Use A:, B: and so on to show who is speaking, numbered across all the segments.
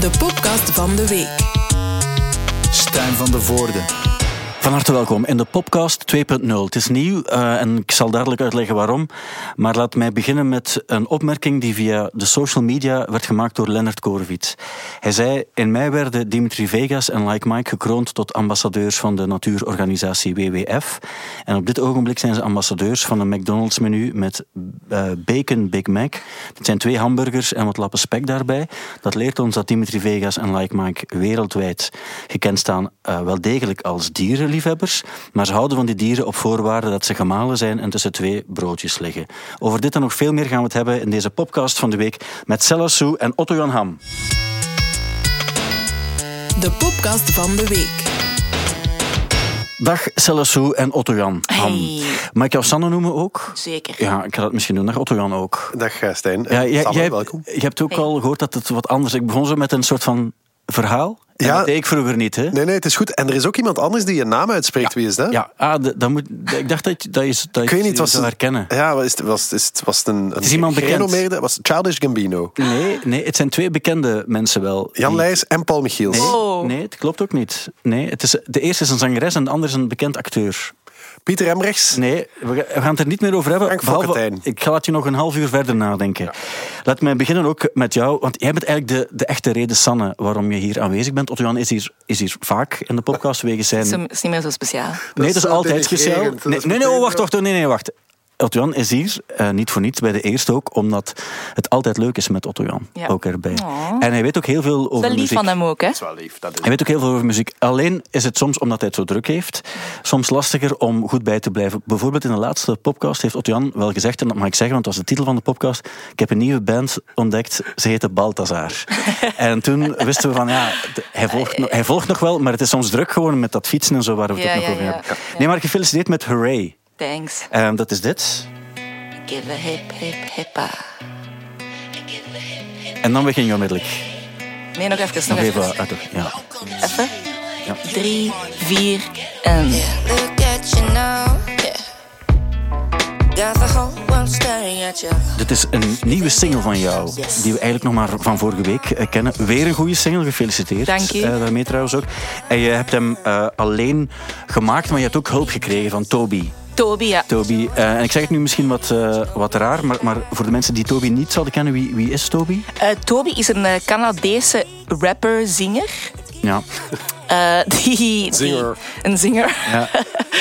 A: de podcast van de week.
B: Stijn van de Voorde.
C: Van harte welkom in de podcast 2.0. Het is nieuw eh, en ik zal dadelijk uitleggen waarom. Maar laat mij beginnen met een opmerking die via de social media werd gemaakt door Lennart Koreviet. Hij zei: In mei werden Dimitri Vegas en Like Mike gekroond tot ambassadeurs van de natuurorganisatie WWF. En op dit ogenblik zijn ze ambassadeurs van een McDonald's menu met eh, bacon Big Mac. Dat zijn twee hamburgers en wat lappen spek daarbij. Dat leert ons dat Dimitri Vegas en Like Mike wereldwijd gekend staan, eh, wel degelijk als dierenliefhebbers. Maar ze houden van die dieren op voorwaarde dat ze gemalen zijn en tussen twee broodjes liggen. Over dit en nog veel meer gaan we het hebben in deze podcast van de week met Sella Sue en Otto Jan Ham.
A: De podcast van de week.
C: Dag Sella Sue en Otto Jan Ham.
D: Hey.
C: Mag ik jou Sanne noemen ook?
D: Zeker.
C: Ja, ik ga dat misschien doen. Dag Otto Jan ook.
E: Dag eh, Stijn.
C: Ja, jij,
E: Sander,
C: jij-
E: welkom.
C: Je hebt ook al gehoord dat het wat anders is. Ik begon zo met een soort van verhaal. En
E: Ja.
C: Dat deed ik vroeger niet, hè?
E: Nee, nee, het is goed. En er is ook iemand anders die je naam uitspreekt. Wie is dat?
C: Ja, ah, de- dat moet, ik dacht dat je dat, je, dat
E: Ik weet niet,
C: je
E: was
C: zou
E: het- Eh.
C: herkennen.
E: Ja, was het, was, is het, was het een, een
C: is iemand bekend.
E: gerenommeerde- Was het Childish Gambino.
C: Nee, nee, het zijn twee bekende mensen wel.
E: Jan Leijs en Paul Michiels.
C: Nee,
D: Oh.
C: nee, het klopt ook niet. Nee, het is, de eerste is een zangeres en de ander is een bekend acteur.
E: Pieter Emrechts.
C: Nee, we ga- we gaan het er niet meer over hebben.
E: Frank Fokkentijn.
C: ik ga laat je nog een half uur verder nadenken. Laat mij beginnen ook met jou, want jij bent eigenlijk de, de echte reden, Sanne, waarom je hier aanwezig bent. Otto Jan is hier, is hier vaak in de podcast wegens zijn...
D: Is hem- is niet meer zo speciaal.
C: nee, dat is
E: eh,
C: altijd
E: denigrerend.
C: speciaal.
E: Dat
C: Nee,
E: is
C: nee, nee,
E: meteen
C: oh, wacht,
E: zo.
C: wacht, oh, nee, nee, wacht. Otto Jan is hier, eh, niet voor niets, bij de eerste ook, omdat het altijd leuk is met Otto Jan.
D: Ja.
C: Ook erbij.
D: Aw.
C: En hij weet ook heel veel over
D: Wel lief
C: muziek.
D: van hem ook, hè?
E: Dat is wel lief. Dat is...
C: Hij weet ook heel veel over muziek. Alleen is het soms omdat hij het zo druk heeft, soms lastiger om goed bij te blijven. Bijvoorbeeld in de laatste podcast heeft Otto-Jan wel gezegd, en dat mag ik zeggen, want dat was de titel van de podcast. Ik heb een nieuwe band ontdekt, ze heette Balthazar. en toen wisten we van ja, d- hij volgt, no- hij volgt nog wel, maar het is soms druk gewoon met dat fietsen en zo waar we het
D: Ja,
C: ook nog
D: ja,
C: over
D: ja.
C: hebben.
D: Ja.
C: Nee, maar gefeliciteerd met Hooray.
D: Thanks.
C: Ehm, dat is dit.
D: Give a hip, hip, hippa.
C: En dan begin je onmiddellijk.
D: Nee, nog even, nog
C: Nog even eh.
D: even.
C: uit de- ja.
D: Even. Drie, vier en...
F: Look at you now. Yeah. Got the whole world staring at you.
C: Dit is een nieuwe single van jou, die we eigenlijk nog maar van vorige week eh, kennen. Weer een goede single, gefeliciteerd.
D: Dank je.
C: Eh, daarmee trouwens ook. En je hebt hem eh, alleen gemaakt, maar je hebt ook hulp gekregen van Toby.
D: Toby, ja.
C: Toby, eh, en ik zeg het nu misschien wat, eh, wat raar, maar, maar voor de mensen die Toby niet zouden kennen, wie, wie is Toby?
D: Eh, Toby is een eh, Canadese rapper-zinger.
C: Ja,
D: Eh, die, die-
E: Zinger.
D: Een zinger.
C: ja.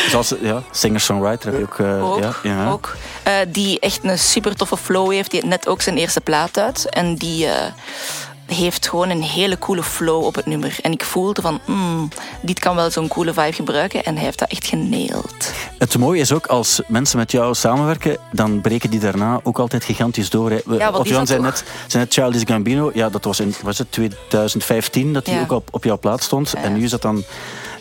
C: zoals ja, singer-songwriter heb je ook. eh,
D: Ook,
C: ja, ja.
D: ook. Eh, die echt een super toffe flow heeft. Die heeft net ook zijn eerste plaat uit. En die eh, heeft gewoon een hele coole flow op het nummer. En ik voelde van, mm, dit kan wel zo'n coole vibe gebruiken. En hij heeft dat echt geneeld.
C: Het mooie is ook, als mensen met jou samenwerken, dan breken die daarna ook altijd gigantisch door. hè. We-
D: Ja, wat is
C: Otto-Jan
D: dat
C: zei
D: toch?
C: net, zei net Charles Gambino, ja, dat was in was het 2015 dat hij
D: Ja.
C: ook op, op jouw plaats stond. En nu is dat dan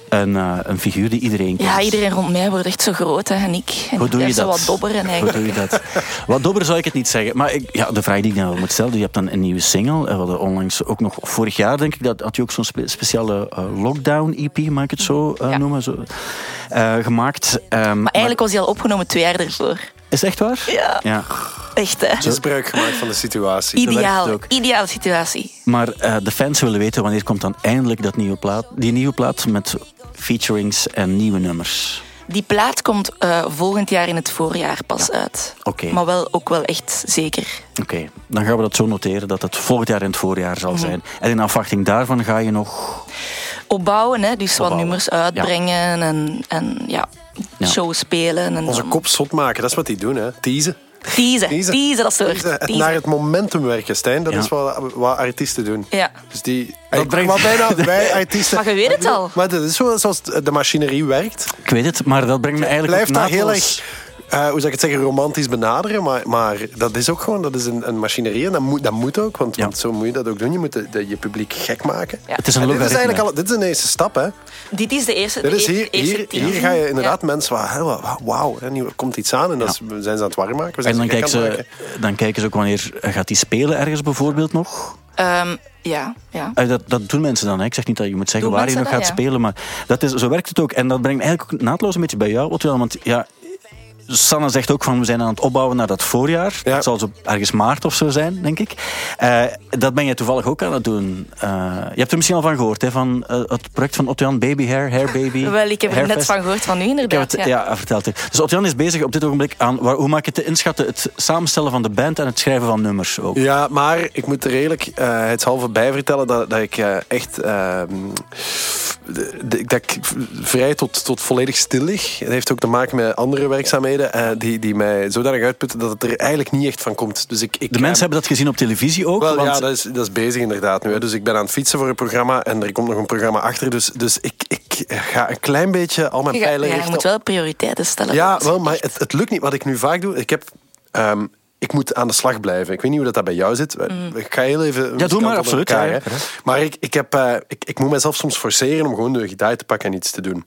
C: een, eh, een figuur die iedereen kent.
D: Ja, iedereen rond mij wordt echt zo groot hè, en ik. En
C: Hoe
D: ik
C: doe je dat?
D: blijf zo wat dobberen
C: Hoe
D: eigenlijk.
C: doe je dat? Wat dobber zou ik het niet zeggen. Maar ik, ja, de vraag die ik nou moet stellen, je hebt dan een nieuwe single. Eh, We hadden onlangs ook nog, vorig jaar denk ik, dat had je ook zo'n spe- speciale eh, lockdown-EP, mag ik het zo eh,
D: Ja.
C: noemen, zo, eh, gemaakt. Ehm,
D: Maar eigenlijk was die al opgenomen twee jaar ervoor.
C: Is het echt waar?
D: Ja.
C: ja.
D: Echt, hè?
E: Misbruik gemaakt van de situatie.
C: werkt
D: Ideaal.
C: het ook.
D: Ideale situatie.
C: Maar eh, de fans willen weten wanneer komt dan eindelijk dat nieuwe plaat, die nieuwe plaat met featurings en nieuwe nummers.
D: Die plaat komt eh, volgend jaar in het voorjaar pas uit.
C: oké.
D: Maar wel ook wel echt zeker.
C: Oké, dan gaan we dat zo noteren dat het volgend jaar in het voorjaar
E: Mhm.
C: zal zijn. En in afwachting daarvan ga je nog.
D: Opbouwen, hè? dus wat
C: Opbouwen.
D: nummers uitbrengen en, en ja,
C: Ja.
D: show spelen. En
E: Onze
D: dan
E: kop zot maken, dat is wat die doen. Hè. Teasen.
D: Teasen, teasen, dat soort.
E: Teasen. Het
D: Teasen.
E: Naar het momentum werken, Stijn. Dat
C: Ja.
E: is wat, wat artiesten doen.
D: Ja.
E: Dus die...
C: Dat brengt-
E: Wat bijna wij artiesten...
D: Maar je weet het al.
E: Maar dat is zo- zoals de machinerie werkt.
C: Ik weet het, maar dat brengt me eigenlijk.
E: blijft
C: ook
E: dat heel
C: naadloos-
E: erg, eh, hoe zou ik het zeggen, romantisch benaderen. Maar, maar dat is ook gewoon, dat is een, een machinerie. En dat moet, dat moet ook, want,
C: Ja.
E: want zo moet je dat ook doen. Je moet de, de- je publiek gek maken.
D: Ja.
C: Het is een
E: En dit is
C: logaritme.
E: eigenlijk al, dit is een eerste stap, hè.
D: Dit is de eerste.
E: Dit
D: de
E: is
D: eer-
E: hier,
D: eerste
E: hier,
D: teaser.
E: hier ga je inderdaad
D: Ja.
E: mensen van, hè, wa- wa- wauw, hè, nu komt iets aan en dan zijn ze aan het warm maken. We zijn
C: En dan
E: ze gek
C: kijken,
E: aan het
C: ze,
E: maken.
C: dan kijken ze ook wanneer eh, gaat die spelen ergens bijvoorbeeld nog.
D: Ehm, ja, ja.
C: Eh, dat, dat doen mensen dan. Hè. Ik zeg niet dat je moet zeggen
D: Doen
C: waar je nog
D: mensen
C: gaat
D: dat, ja.
C: spelen, maar dat is, zo werkt het ook. En dat brengt me eigenlijk ook naadloos een beetje bij jou, Otto, want ja, Sanne zegt ook van we zijn aan het opbouwen naar dat voorjaar.
E: Ja.
C: Dat zal zo ergens maart of zo zijn, denk ik. Eh, dat ben je toevallig ook aan het doen. Eh, je hebt er misschien al van gehoord, hè, van eh, het project van Otjan Baby Hair, Hair Baby.
D: Wel, ik heb er net
C: Hairfest.
D: van gehoord van u
C: Eh, Ik heb
D: inderdaad.
C: het, ja. verteld. Dus Otjan is bezig op dit ogenblik aan waar, hoe maak je het te inschatten, het samenstellen van de band en het schrijven van nummers ook.
E: Ja, maar ik moet er redelijk eh het halve bij vertellen dat, dat ik eh, echt. ehm, de- de- dat ik v- vrij tot, tot volledig stil lig. Het heeft ook te maken met andere werkzaamheden eh, die, die mij zodanig uitputten dat het er eigenlijk niet echt van komt. Dus ik, ik,
C: De mensen hebben dat gezien op televisie ook.
E: Wel,
C: want
E: ja, dat is, dat is bezig inderdaad nu. Hè. Dus ik ben aan het fietsen voor een programma en er komt nog een programma achter. Dus, dus ik, ik ga een klein beetje al mijn
D: Ja,
E: pijlen
D: ja, je
E: richten
D: moet wel prioriteiten stellen.
E: ja,
D: want-
E: wel, maar het, het lukt niet. Wat ik nu vaak doe, ik heb... ehm, ik moet aan de slag blijven. Ik weet niet hoe dat, dat bij jou zit. Ik ga heel even...
C: Ja, doe maar, absoluut,
E: elkaar,
C: ja, ja.
E: hè. Maar ik, ik, heb, eh, ik, ik moet mezelf soms forceren om gewoon de gitaar te pakken en iets te doen.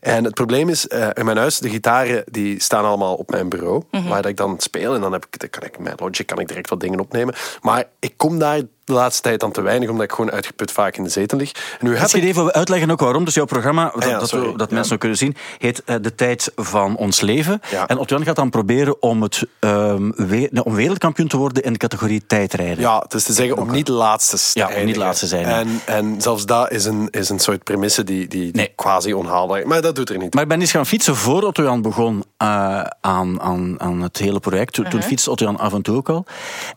E: En het probleem is, eh, in mijn huis, de gitaren die staan allemaal op mijn bureau. Waar dat ik dan speel en dan, heb ik, dan kan ik mijn Logic kan ik direct wat dingen opnemen. Maar ik kom daar de laatste tijd dan te weinig, omdat ik gewoon uitgeput vaak in de zetel lig. En nu heb
C: Misschien
E: ik... Ah
C: even uitleggen ook waarom. Dus jouw programma, dat,
E: ja,
C: dat,
E: sorry.
C: we- dat
E: Ja.
C: mensen ook kunnen zien, heet eh, De Tijd van Ons Leven.
E: Ja.
C: En Otjan gaat dan proberen om, het, ehm, we- nou, om wereldkampioen te worden in de categorie tijdrijden.
E: Ja, het is te zeggen om niet de laatste te
C: Ja, om niet de
E: eindigen.
C: laatste te zijn, ja.
E: En, en zelfs dat is een, is een soort premisse die, die, die
C: Nee.
E: quasi onhaalbaar is. Maar dat doet er niet.
C: Maar ik ben eens gaan fietsen voor Ottojan begon eh, aan, aan, aan het hele project. Toen, toen fietste Ottojan af en toe ook al.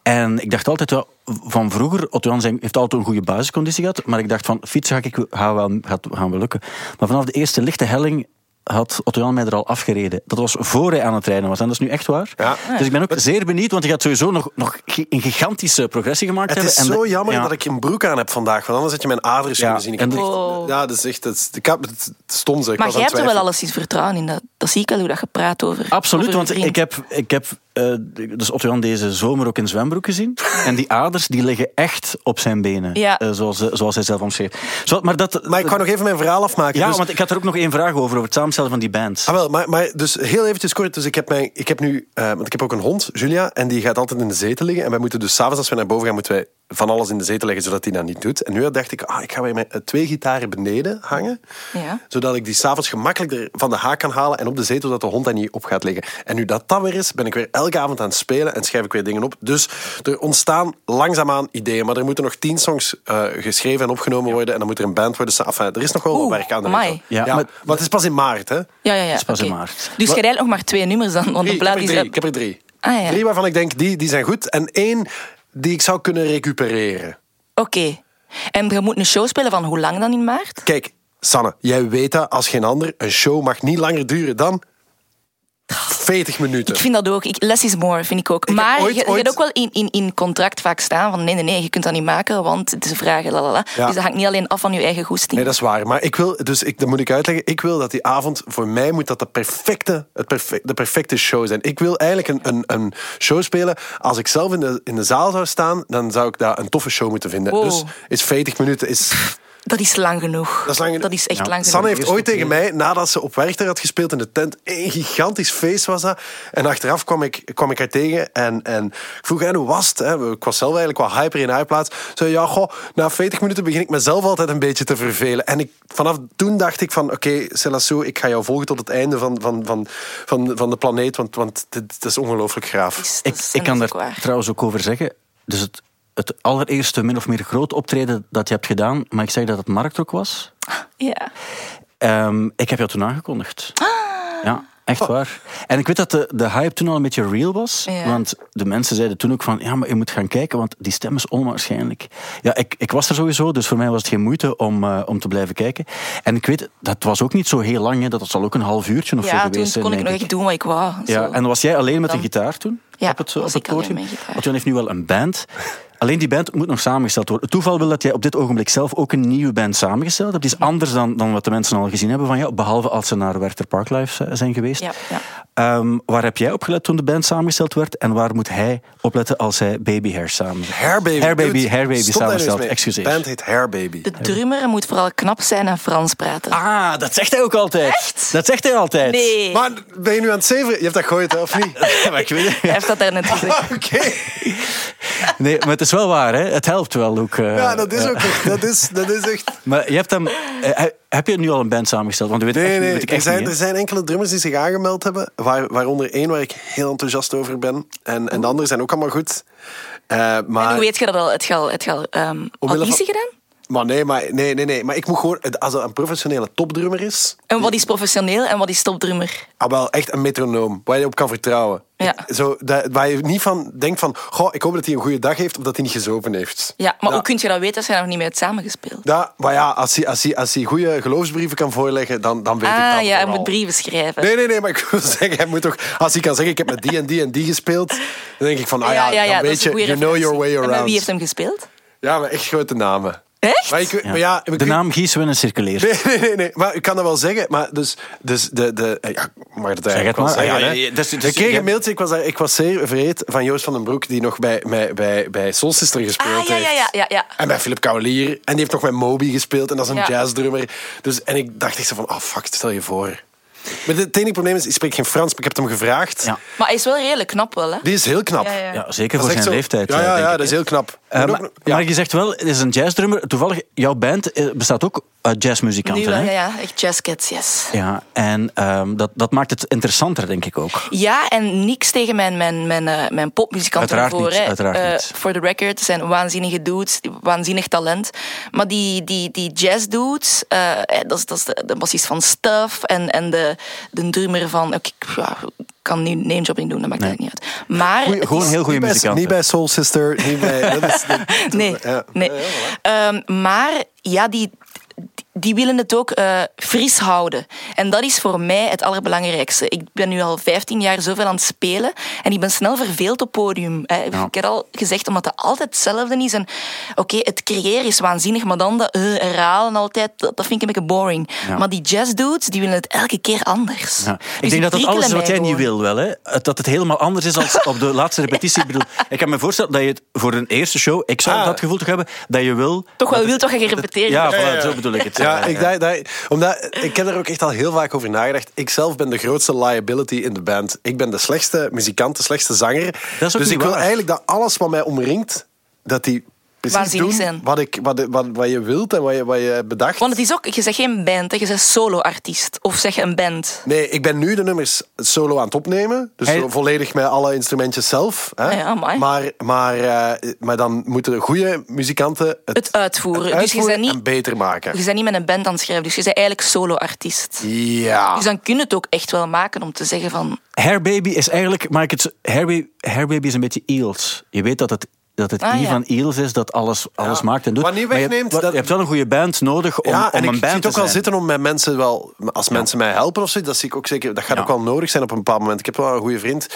C: En ik dacht altijd wel, van vroeger, Ottojan zijn- heeft altijd een goede basisconditie gehad. Maar ik dacht van, fietsen ga ik, ga wel, gaat, gaan we lukken. Maar vanaf de eerste lichte helling had Ottojan mij er al afgereden. Dat was voor hij aan het rijden was. En dat is nu echt waar.
E: Ja.
C: Dus ik ben ook zeer benieuwd, want je gaat sowieso nog, nog gi- een gigantische progressie gemaakt
E: het
C: hebben.
E: is
C: En
E: zo
C: de-
E: jammer
C: ja.
E: dat ik een broek aan heb vandaag, want anders had je mijn adres
C: Ja,
E: kunnen zien. Ik
C: en
E: heb
C: de- Oh.
D: Wow.
E: echt- ja, dat is echt dat is, ik heb, het stom zeg.
D: Maar
E: ik
D: jij
E: was
D: hebt
E: aan
D: er
E: het twijfelen.
D: wel alles iets vertrouwen in. Dat, dat zie ik al hoe dat je praat over.
C: Absoluut,
D: over
C: want
D: je vriend.
C: ik heb, ik heb eh, dus Otto-Jan deze zomer ook in zwembroek gezien. En die aders die liggen echt op zijn benen,
D: Ja.
C: eh, zoals, eh, zoals hij zelf omschreef. Zo, maar dat,
E: Maar ik kan nog even mijn verhaal afmaken.
C: ja,
E: dus,
C: want ik had er ook nog één vraag over, over het samenstellen van die band.
E: Ah, wel, maar, maar dus heel eventjes kort. Dus ik heb, mijn, ik heb nu, eh, want ik heb ook een hond, Julia, en die gaat altijd in de zetel liggen. En wij moeten dus s'avonds als we naar boven gaan, moeten wij van alles in de zetel leggen, zodat die dat niet doet. En nu dacht ik, ah, ik ga weer mijn eh, twee gitaren beneden hangen,
D: Ja.
E: zodat ik die s'avonds gemakkelijk er van de haak kan halen en op de zetel, dat de hond daar niet op gaat liggen. En nu dat dat weer is, ben ik weer elke avond aan het spelen en schrijf ik weer dingen op. Dus er ontstaan langzaamaan ideeën, maar er moeten nog tien songs eh, geschreven en opgenomen worden en dan moet er een band worden. sa- Enfin, er is nog wel wat
D: Oeh,
E: werk aan de
D: amai.
E: winkel.
C: Ja,
E: Ja,
C: maar-
E: maar het is pas in maart, hè?
D: Ja, ja, ja.
C: is pas in
D: oké.
C: maart.
D: Dus je rijdt nog maar twee nummers dan. Want de
E: Drie,
D: plaat
E: ik,
D: is
E: heb er drie, ik
D: er-
E: heb er drie.
D: Ah, ja.
E: Drie waarvan ik denk, die, die zijn goed. En één die ik zou kunnen recupereren.
D: Oké. En je moet een show spelen van hoe lang dan in maart?
E: Kijk, Sanne, jij weet dat als geen ander. Een show mag niet langer duren dan 40 minuten.
D: Ik vind dat ook. Ik, less is more, vind ik ook.
E: heb
D: maar
E: ooit-
D: je, je
E: ooit-
D: hebt ook wel in, in, in contract vaak staan van nee, nee, nee, je kunt dat niet maken, want het is een vraag, lalala.
E: Ja.
D: Dus dat hangt niet alleen af van je eigen goesting.
E: Nee, dat is waar. Maar ik wil, dus ik, dat moet ik uitleggen. Ik wil dat die avond, voor mij moet dat de perfecte, het perfe- de perfecte show zijn. Ik wil eigenlijk een, een, een show spelen. Als ik zelf in de, in de zaal zou staan, dan zou ik daar een toffe show moeten vinden.
D: Wow.
E: Dus is 40 minuten is
D: Dat is lang genoeg.
E: Dat is lang genoeg.
D: echt
C: Ja.
D: lang genoeg.
E: Sanne heeft ooit tegen mij, nadat ze op Werchter had gespeeld in de tent, een gigantisch feest was dat. En achteraf kwam ik, kwam ik haar tegen en, en ik vroeg haar, hoe was het? Hè? Ik was zelf eigenlijk wel hyper in haar plaats. Ze zei, ja, goh, na 40 minuten begin ik mezelf altijd een beetje te vervelen. En ik, vanaf toen dacht ik van, oké, Celasso, ik ga jou volgen tot het einde van, van, van, van, van de planeet, want, want dit, dit is ongelooflijk graaf.
D: Dus dat
C: ik,
D: is-
C: ik
D: en
C: kan
D: dat is
C: daar
D: ook waar.
C: trouwens ook over zeggen. Dus het, het allereerste min of meer groot optreden dat je hebt gedaan, maar ik zeg dat het markt ook was.
D: Ja.
C: Ehm, ik heb jou toen aangekondigd.
D: Ah.
C: Ja, echt waar. En ik weet dat de, de hype toen al een beetje real was.
D: Oh. Ja.
C: Want de mensen zeiden toen ook van... Ja, maar je moet gaan kijken, want die stem is onwaarschijnlijk. Ja, ik, ik was er sowieso, dus voor mij was het geen moeite om, eh, om te blijven kijken. En ik weet, dat was ook niet zo heel lang. Hè. Dat zal ook een half uurtje of zo
D: ja,
C: geweest
D: toen
C: zijn,
D: kon ik
C: denk
D: nog echt doen wat ik wou.
C: ja,
D: Zo.
C: en was jij alleen met een
D: Dan-
C: gitaar toen?
D: Ja,
C: op het,
D: was
C: op het
D: ik alleen
C: podium?
D: met gitaar.
C: Want Jan heeft nu wel een band. Alleen die band moet nog samengesteld worden. Het toeval wil dat jij op dit ogenblik zelf ook een nieuwe band samengesteld hebt. Die is anders dan, dan wat de mensen al gezien hebben van jou. Behalve als ze naar Werther Parklife eh, zijn geweest.
D: Ja, ja.
C: Ehm, waar heb jij op gelet toen de band samengesteld werd? En waar moet hij opletten als hij Baby Hair samengesteld
E: Hairbaby.
C: Hairbaby,
E: Dude,
C: Hairbaby
E: stop daar nu eens
C: samengesteld,
E: mee.
C: excuseer.
E: De band heet Hairbaby.
D: De drummer moet vooral knap zijn en Frans praten.
C: Ah, dat zegt hij ook altijd.
D: Echt?
C: Dat zegt hij altijd.
D: nee.
E: Maar ben je nu aan het zeveren? Je hebt dat gegooid, hè, of niet?
C: Maar ik weet het.
D: Hij heeft dat daarnet gezegd.
E: Oké.
C: Nee, maar het is wel waar, hè? Het helpt wel ook. eh,
E: Ja, dat is
C: eh.
E: ook echt- dat is, dat is echt...
C: Maar je hebt hem, eh, heb je nu al een band samengesteld? Want dat weet ik
E: Nee,
C: echt, niet-
E: nee,
C: weet ik
E: er
C: echt
E: zijn,
C: niet.
E: er
C: hè.
E: zijn enkele drummers die zich aangemeld hebben, waar, waaronder één waar ik heel enthousiast over ben. En, en de anderen zijn ook allemaal goed. Eh, maar,
D: Hoe weet je dat al? Het gal, het gal, ehm
E: van-
D: auditie gedaan?
E: maar nee, maar nee, nee, nee. Maar ik moet gewoon, als dat een professionele topdrummer is,
D: En wat is professioneel en wat is topdrummer?
E: ah, wel echt een metronoom waar je op kan vertrouwen.
D: Ja.
E: Zo, dat, waar je niet van denkt van, goh, ik hoop dat hij een goede dag heeft of dat hij niet gezopen heeft.
D: Ja, maar
E: Ja.
D: hoe kun je dat weten als je nog niet mee hebt samengespeeld?
E: Ja, maar ja, als hij, als hij, als hij goede geloofsbrieven kan voorleggen, dan, dan weet ik dat
D: ah ja, je
E: vooral.
D: moet brieven schrijven.
E: Nee, nee, nee, maar ik wil zeggen, hij moet toch, als hij kan zeggen, ik heb met die en die en die gespeeld, dan denk ik van, ah ja, dan
D: dat
E: weet
D: is een
E: je,
D: goeie
E: you know your way
D: referentie. En
E: around.
D: met wie heeft hem gespeeld?
E: Ja, maar echt grote namen.
D: Echt?
E: Maar ik, ja. Maar ja, we
C: De
E: kunnen-
C: naam Gies Winnen circuleert.
E: Nee, nee, nee, nee, maar ik kan dat wel zeggen, maar dus, dus de, de, eh, ja, ik mag dat eigenlijk
C: het
E: wel
C: maar. Ah,
E: zeggen,
C: Ja,
E: hè.
C: ja, ja, dat is- dat is-
E: Ik kreeg
C: ja.
E: een mailtje, ik was, daar- ik was zeer vreed, van Joost van den Broek, die nog bij, bij, bij, bij Soul Sister gespeeld
D: Ah, ja, ja,
E: heeft.
D: ja, ja, ja.
E: En bij Philip Kaulier, en die heeft nog met Moby gespeeld, en dat is een
D: Ja.
E: jazzdrummer. Dus, en ik dacht echt zo van, ah fuck, stel je voor. Maar het enige probleem is, ik spreek geen Frans, maar ik heb het hem gevraagd.
C: Ja.
D: Maar hij is wel redelijk knap wel, hè?
E: Die is heel knap.
D: Ja, ja.
C: Ja, zeker
E: Dat is
C: voor
E: echt
C: zijn
E: zo-
C: leeftijd.
E: Ja,
C: eh,
E: ja,
C: denk
E: ja
C: ik,
E: dat is
C: hè.
E: heel knap.
C: Eh,
E: En ook-
C: maar,
E: ja.
C: maar je zegt wel, het is een jazzdrummer. Toevallig, jouw band eh, bestaat ook uit
D: Nu
C: jazzmuzikanten.
D: wel,
C: hè?
D: ja, ja, echt jazzcats, yes.
C: Ja, en ehm, dat, dat maakt het interessanter, denk ik ook.
D: Ja, en niks tegen mijn, mijn, mijn, eh, mijn popmuzikanten
C: Uiteraard
D: ervoor.
C: niet,
D: hè.
C: uiteraard
D: Eh,
C: niet.
D: Voor de record, ze zijn waanzinnige dudes, waanzinnig talent. Maar die, die, die jazz dudes, eh, eh, dat is, dat is de, de bassist van Stuff en, en de, de drummer van... oké, ik ja, ik kan nu namejob niet doen, dat maakt eigenlijk niet uit. Maar
E: Goeie-
D: het
C: Gewoon
D: is-
C: heel goede
E: Niet bij-
C: muzikanten.
E: Niet bij Soul Sister, niet bij... dat is- dat-
D: Nee,
E: Ja.
D: nee. Ehm, maar ja, die, die willen het ook eh, fris houden. En dat is voor mij het allerbelangrijkste. Ik ben nu al 15 jaar zoveel aan het spelen en ik ben snel verveeld op podium. Hè.
C: Ja.
D: Ik heb al gezegd, omdat het altijd hetzelfde is. En oké, het creëren is waanzinnig, maar dan dat eh, herhalen altijd, dat, dat vind ik een beetje boring.
C: Ja.
D: Maar die jazz dudes, die willen het elke keer anders.
C: Ja.
D: Dus
C: Ik
D: die
C: denk dat dat alles
D: prikkelen
C: is wat
D: mij
C: jij niet
D: gewoon.
C: wil, wel, hè? Dat het helemaal anders is dan op de laatste repetitie. Ik, bedoel, ik kan me voorstellen dat je het voor een eerste show, ik zou
E: Ah.
C: dat gevoel toch hebben, dat je wil.
D: Toch wel
C: dat
D: wil
C: het-
D: toch gaan repeteren.
C: Ja, voilà, zo bedoel ik het.
E: Ja, ik, daar, daar- omdat, ik heb er ook echt al heel vaak over nagedacht. Ik zelf ben de grootste liability in de band. Ik ben de slechtste muzikant, de slechtste zanger.
C: ook
E: dus
C: niet
E: ik wil
C: waar.
E: eigenlijk dat alles wat mij omringt, dat die precies
D: Waanzinnig
E: doen
D: zijn.
E: Wat, ik, wat, wat, wat je wilt en wat je, wat je bedacht.
D: Want het is ook, je zegt geen band, hè, je zegt solo-artiest. Of zeg je een band.
E: Nee, ik ben nu de nummers solo aan het opnemen. Dus
C: Hey.
E: zo volledig met alle instrumentjes zelf. Hè?
D: Ja, amai.
E: maar, maar, eh, maar dan moeten de goede muzikanten het,
D: het uitvoeren.
E: het
D: Dus je bent,
E: uitvoeren
D: niet,
E: en beter maken.
D: je bent niet met een band aan het schrijven, dus je bent eigenlijk solo-artiest.
E: Ja.
D: Dus dan kun je het ook echt wel maken om te zeggen van...
C: Hairbaby is eigenlijk, maar ik het, hairbaby, hairbaby is een beetje eels. Je weet dat het, dat het
D: Ah,
C: I
D: ja.
C: van eels is dat alles, alles maakt en doet.
E: Wat niet
C: Maar je-
E: wegneemt,
C: je,
E: dat-
C: hebt wel een goede band nodig om,
E: ja,
C: om
E: en
C: een
E: ik
C: band
E: zie het
C: te
E: ook wel
C: zijn.
E: zitten om met mensen wel... Als mensen mij helpen of zo, dat zie ik ook zeker... Dat gaat
C: Ja.
E: ook wel nodig zijn op een bepaald moment. Ik heb wel een goede vriend...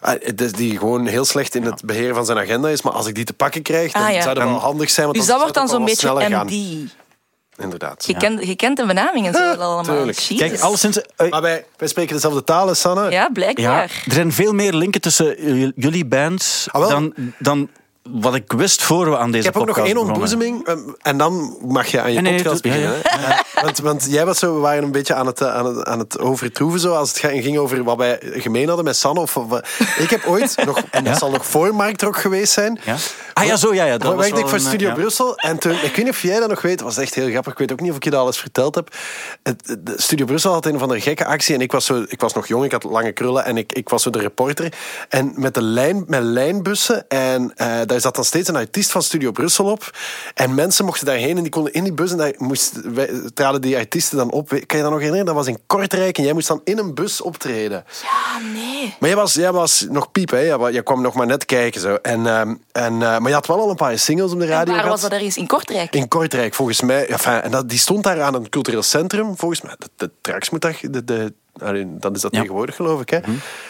E: eh, dus Die gewoon heel slecht in het beheren van zijn agenda is. Maar als ik die te pakken krijg, dan
D: Ah, ja.
E: zou dat wel handig zijn. Want
D: Dus dat wordt dan
E: zou
D: zo'n
E: het
D: beetje
E: ook wel
D: MD.
E: wat sneller
D: Je,
E: gaan. Inderdaad.
D: kent, je kent de benamingen zo wel allemaal.
E: tuurlijk.
D: Jezus.
C: Kijk, alleszins, eh,
E: Maar wij, wij spreken dezelfde talen, Sanne.
D: Ja,
C: Ja,
D: blijkbaar.
C: er zijn veel meer linken tussen j- jullie bands
E: Ah, wel.
C: dan, dan wat ik wist voor we aan deze
E: Ik heb ook nog
C: podcast
E: één
C: begonnen.
E: ontboezeming. ehm, En dan mag je aan je
C: Ah, Nee, nee,
E: podcast
C: dat- ja,
E: beginnen. hè. Ja, Want, want jij was zo, we waren een beetje aan het, eh, aan het, aan het overtroeven. Zo, als het ging ging over wat wij gemeen hadden met Sanne. Of, of, eh, ik heb ooit, nog, en dat
C: Ja?
E: zal nog voor Marktrok geweest zijn.
C: Ja? Ah ja, zo, ja, ja. Dat
E: Dat
C: was
E: werkte
C: wel
E: ik voor
C: een, eh,
E: Studio
C: ja.
E: Brussel. En toen, ik weet niet of jij dat nog weet, was echt heel grappig. Ik weet ook niet of ik je dat alles verteld heb. Het, het- de Studio Brussel had een van de gekke actie. En ik was, zo, ik was nog jong, ik had lange krullen. En ik, ik was zo de reporter. En met, de lijn, met lijnbussen. En eh, daar zat dan steeds een artiest van Studio Brussel op. En mensen mochten daarheen en die konden in die bus. En daar moesten, wij, traden die artiesten dan op. Kan je dat nog herinneren? Dat was in Kortrijk. En jij moest dan in een bus optreden.
D: Ah, nee.
E: Maar jij was, jij was nog piep, hè? Jij, wa- jij kwam nog maar net kijken. Zo. En, ehm, en, eh, maar je had wel al een paar singles op de radio
D: Waar
E: gehad.
D: was dat ergens? In Kortrijk?
E: In Kortrijk, volgens mij. Ja, enfin, en dat, die stond daar aan een cultureel centrum. Volgens mij, de, de Trax moet daar... De, de, allee, dan is dat
C: Ja. Mhm.
E: tegenwoordig, geloof ik. Hè?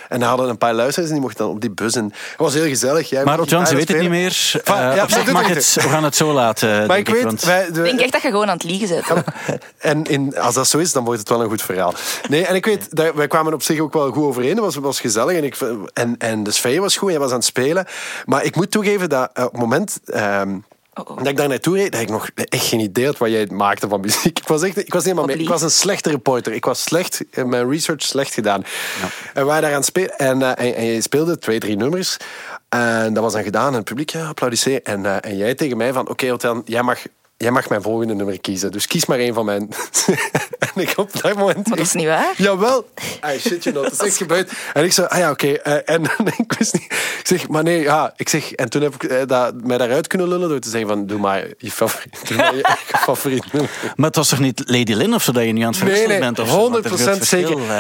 E: En daar hadden een paar luisteraars en die mochten dan op die bus. En het was heel gezellig. Jij
C: Maar
E: mocht
C: Otjan, ze
E: gitaar
C: weet het niet
E: spelen.
C: meer.
E: Enfin,
C: Eh,
E: ja,
C: op zich
E: dat
C: mag
E: doet
C: het, we gaan het zo laten.
E: Maar
C: denk
E: ik weet...
C: want-
E: wij- de-
D: Ik denk echt dat je gewoon aan het liegen bent.
E: En in, als dat zo is, dan wordt het wel een goed verhaal. Nee, en ik weet, daar, wij kwamen op zich ook wel goed overeen. Het was, was gezellig en, ik, v- en, en de sfeer was goed en hij was aan het spelen. Maar ik moet toegeven dat eh, op het moment ehm,
D: Oh, oh.
E: dat ik daar naartoe reed, dat ik nog echt geen idee had wat jij maakte van muziek. Ik was, echt, ik was niet helemaal mee. Ik was een slechte reporter. Ik was slecht, eh, mijn research slecht gedaan. En wij daar aan het spelen. En, eh, en, en je speelde twee, drie nummers. En dat was dan gedaan en het publiek ja, applaudisseert. En, eh, en jij tegen mij van, oké Hotel, jij mag, jij mag mijn volgende nummer kiezen. Dus kies maar één van mijn... en ik op dat moment...
D: Maar dat is niet waar.
E: Jawel. I shit you not. Dat is echt gebeurd. En ik zo, ah ja, oké. Eh, en ik wist niet... Ik zeg, maar nee, ja. Ik zeg, en toen heb ik eh, dat, mij daaruit kunnen lullen door te zeggen van, doe maar je favoriet, doe maar je eigen favoriet nummer.
C: Maar het was toch niet Lady Lynn of zo dat je nu aan het verwisselen
E: Nee, nee,
C: bent? Of zo? Want er
E: 100%
C: groot verschil,
E: zeker.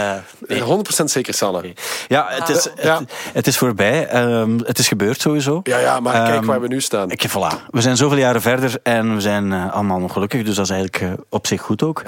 C: eh, nee.
E: 100% zeker, Sanne.
C: Ja, het is, het,
E: Ja.
C: het is voorbij. Ehm, het is gebeurd sowieso.
E: Ja, ja, maar kijk
C: Ehm,
E: waar we nu staan.
C: Ik, voilà. We zijn zoveel jaren verder en we zijn eh, allemaal nog gelukkig. Dus dat is eigenlijk eh, op zich goed ook.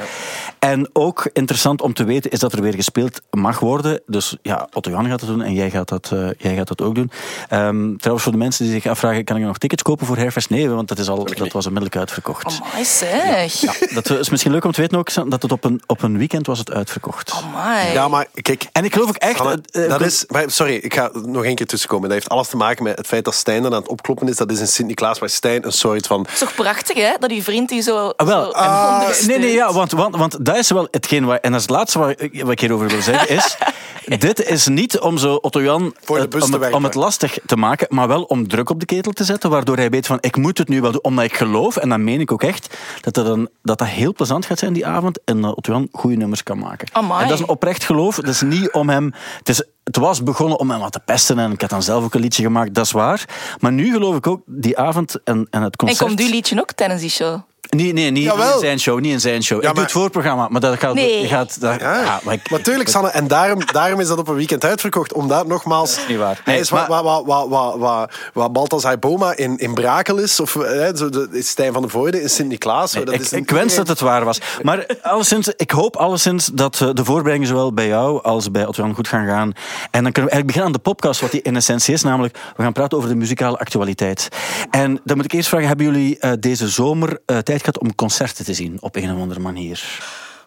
C: En ook interessant om te weten is dat er weer gespeeld mag worden. Dus ja, Otto-Jan gaat dat doen en jij gaat dat, eh, jij gaat dat ook doen. Ehm, trouwens, voor de mensen die zich afvragen, kan ik nog tickets kopen voor Herfest? Nee, want dat, is al, dat was onmiddellijk
E: Oh
C: uitverkocht.
D: Amai zeg.
C: Dat is misschien leuk om te weten ook, dat het op een, op een weekend was het uitverkocht.
E: Oh
D: Amai.
E: Ja, maar kijk,
C: En ik geloof ook echt...
E: Anne,
C: eh, eh,
E: dat
C: ik-
E: is, maar sorry, ik ga nog één keer tussenkomen. Dat heeft alles te maken met het feit dat Stijn er aan het opkloppen is. Dat is in Sint-Niklaas waar Stijn een soort van...
D: Het is toch prachtig, hè? Dat uw vriend die zo...
C: Ah, wel.
D: zo
C: Ah,
D: ondersteunt.
C: nee, nee, ja, want, want, want dat is wel hetgeen waar... En dat is het laatste waar, ik- wat ik hierover wil zeggen, is... dit is niet om zo Otto-Jan
E: Voor de
C: het-
E: bus
C: om,
E: te
C: het,
E: werken.
C: om het lastig te maken, maar wel om druk op de ketel te zetten, waardoor hij weet van, ik moet het nu wel doen, omdat ik geloof, en dat meen ik ook echt, dat dat, een, dat, dat heel plezant gaat zijn die avond, en dat Otto-Jan goede nummers kan maken.
D: Amai.
C: En dat is een oprecht geloof, dat is niet om hem... Het, is, het was begonnen om hem wat te pesten, en ik had dan zelf ook een liedje gemaakt, dat is waar. Maar nu geloof ik ook, die avond en, en het
D: En
C: concert...
D: komt uw liedje ook tijdens die show?
C: Nee, nee, niet,
E: Jawel.
C: niet in zijn show. Niet in zijn show. ik
E: maar-
C: doe het voorprogramma, maar dat gaat...
D: Nee.
C: gaat dat,
E: Ja,
C: ja, maar ik-
E: maar tuurlijk, Sanne, en daarom, daarom is dat op een weekend uitverkocht. Omdat, nogmaals...
C: is niet waar.
E: Hij
C: Nee,
E: is wat,
C: maar-
E: wat, wat, wat, wat, wat Balthazar Boma in, in Brakel is. Of eh, hè, zo de, is Stijn van der Voorde in Sint-Niklaas. zo, dat
C: ik,
E: is
C: ik wens dat het waar was. Maar eh, alleszins, ik hoop alleszins dat eh, de voorbereidingen zowel bij jou als bij Otto-Jan goed gaan gaan. En dan kunnen we eigenlijk beginnen aan de podcast, wat die in essentie is. Namelijk, we gaan praten over de muzikale actualiteit. En dan moet ik eerst vragen, hebben jullie eh, deze zomer eh, tijd gehad om concerten te zien? Op een of andere manier.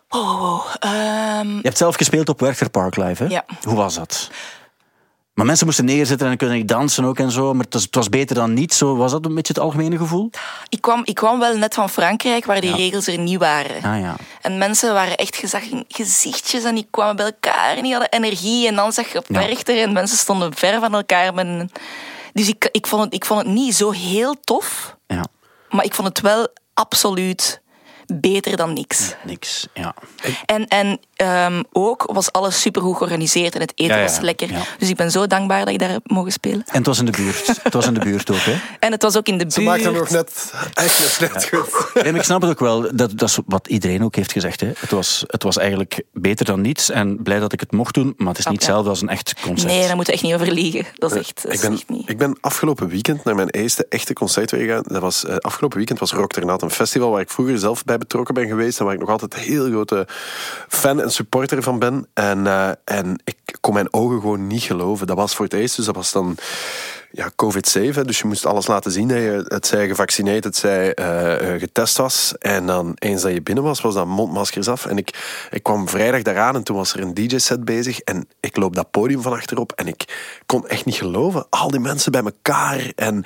D: Wow, wow, wow. Ehm,
C: Je hebt zelf gespeeld op Werchter Park Live, hè?
D: Ja.
C: Hoe was dat? Maar mensen moesten neerzitten en kunnen niet dansen ook en zo. Maar het was, het was beter dan niet. Zo was dat een beetje het algemene gevoel?
D: ik, kwam, ik kwam wel net van Frankrijk, waar die regels er niet waren.
C: Ah ja.
D: En mensen waren echt gezag in gezichtjes en die kwamen bij elkaar en die hadden energie. En dan zag je op
C: Ja.
D: Werchter en mensen stonden ver van elkaar. Met een- Dus ik, ik, vond het, ik vond het niet zo heel tof,
C: Ja.
D: maar ik vond het wel absoluut beter dan niks.
C: Niks. Ja.
D: En, en ehm, ook was alles supergoed georganiseerd en het
C: Ja,
D: eten
C: ja,
D: was lekker.
C: ja.
D: Dus ik ben zo dankbaar dat ik daar heb mogen spelen.
C: En het was in de buurt. het was in de buurt ook, hè?
D: En het was ook in de
E: Ze maakt hem nog
D: buurt.
E: net... Echt net net goed.
C: Nee, maar ik snap het ook wel. Dat, dat is wat iedereen ook heeft gezegd. Hè. Het, was, het was eigenlijk beter dan niets. En blij dat ik het mocht doen. Maar het is niet
D: ja.
C: hetzelfde als een echt concert.
D: Nee, daar moeten we echt niet over liegen. Dat
C: Eh,
D: is echt,
E: eh,
D: dat
E: ik,
D: is
E: ben,
D: echt niet.
E: ik ben afgelopen weekend naar mijn eerste echte concert weer gegaan. Dat was, eh, afgelopen weekend was Rock Ternat, een festival waar ik vroeger zelf bij betrokken ben geweest en waar ik nog altijd heel grote fan en supporter van ben. En, eh, en ik kon mijn ogen gewoon niet geloven. Dat was voor het eerst, dus dat was dan ja, COVID-safe. hè. Dus je moest alles laten zien. Dat je, het zij gevaccineerd, het zij eh, eh, getest was. En dan eens dat je binnen was, was dat mondmaskers af. En ik, ik kwam vrijdag daaraan en toen was er een DJ-set bezig. En ik loop dat podium van achterop en ik kon echt niet geloven. Al die mensen bij elkaar en...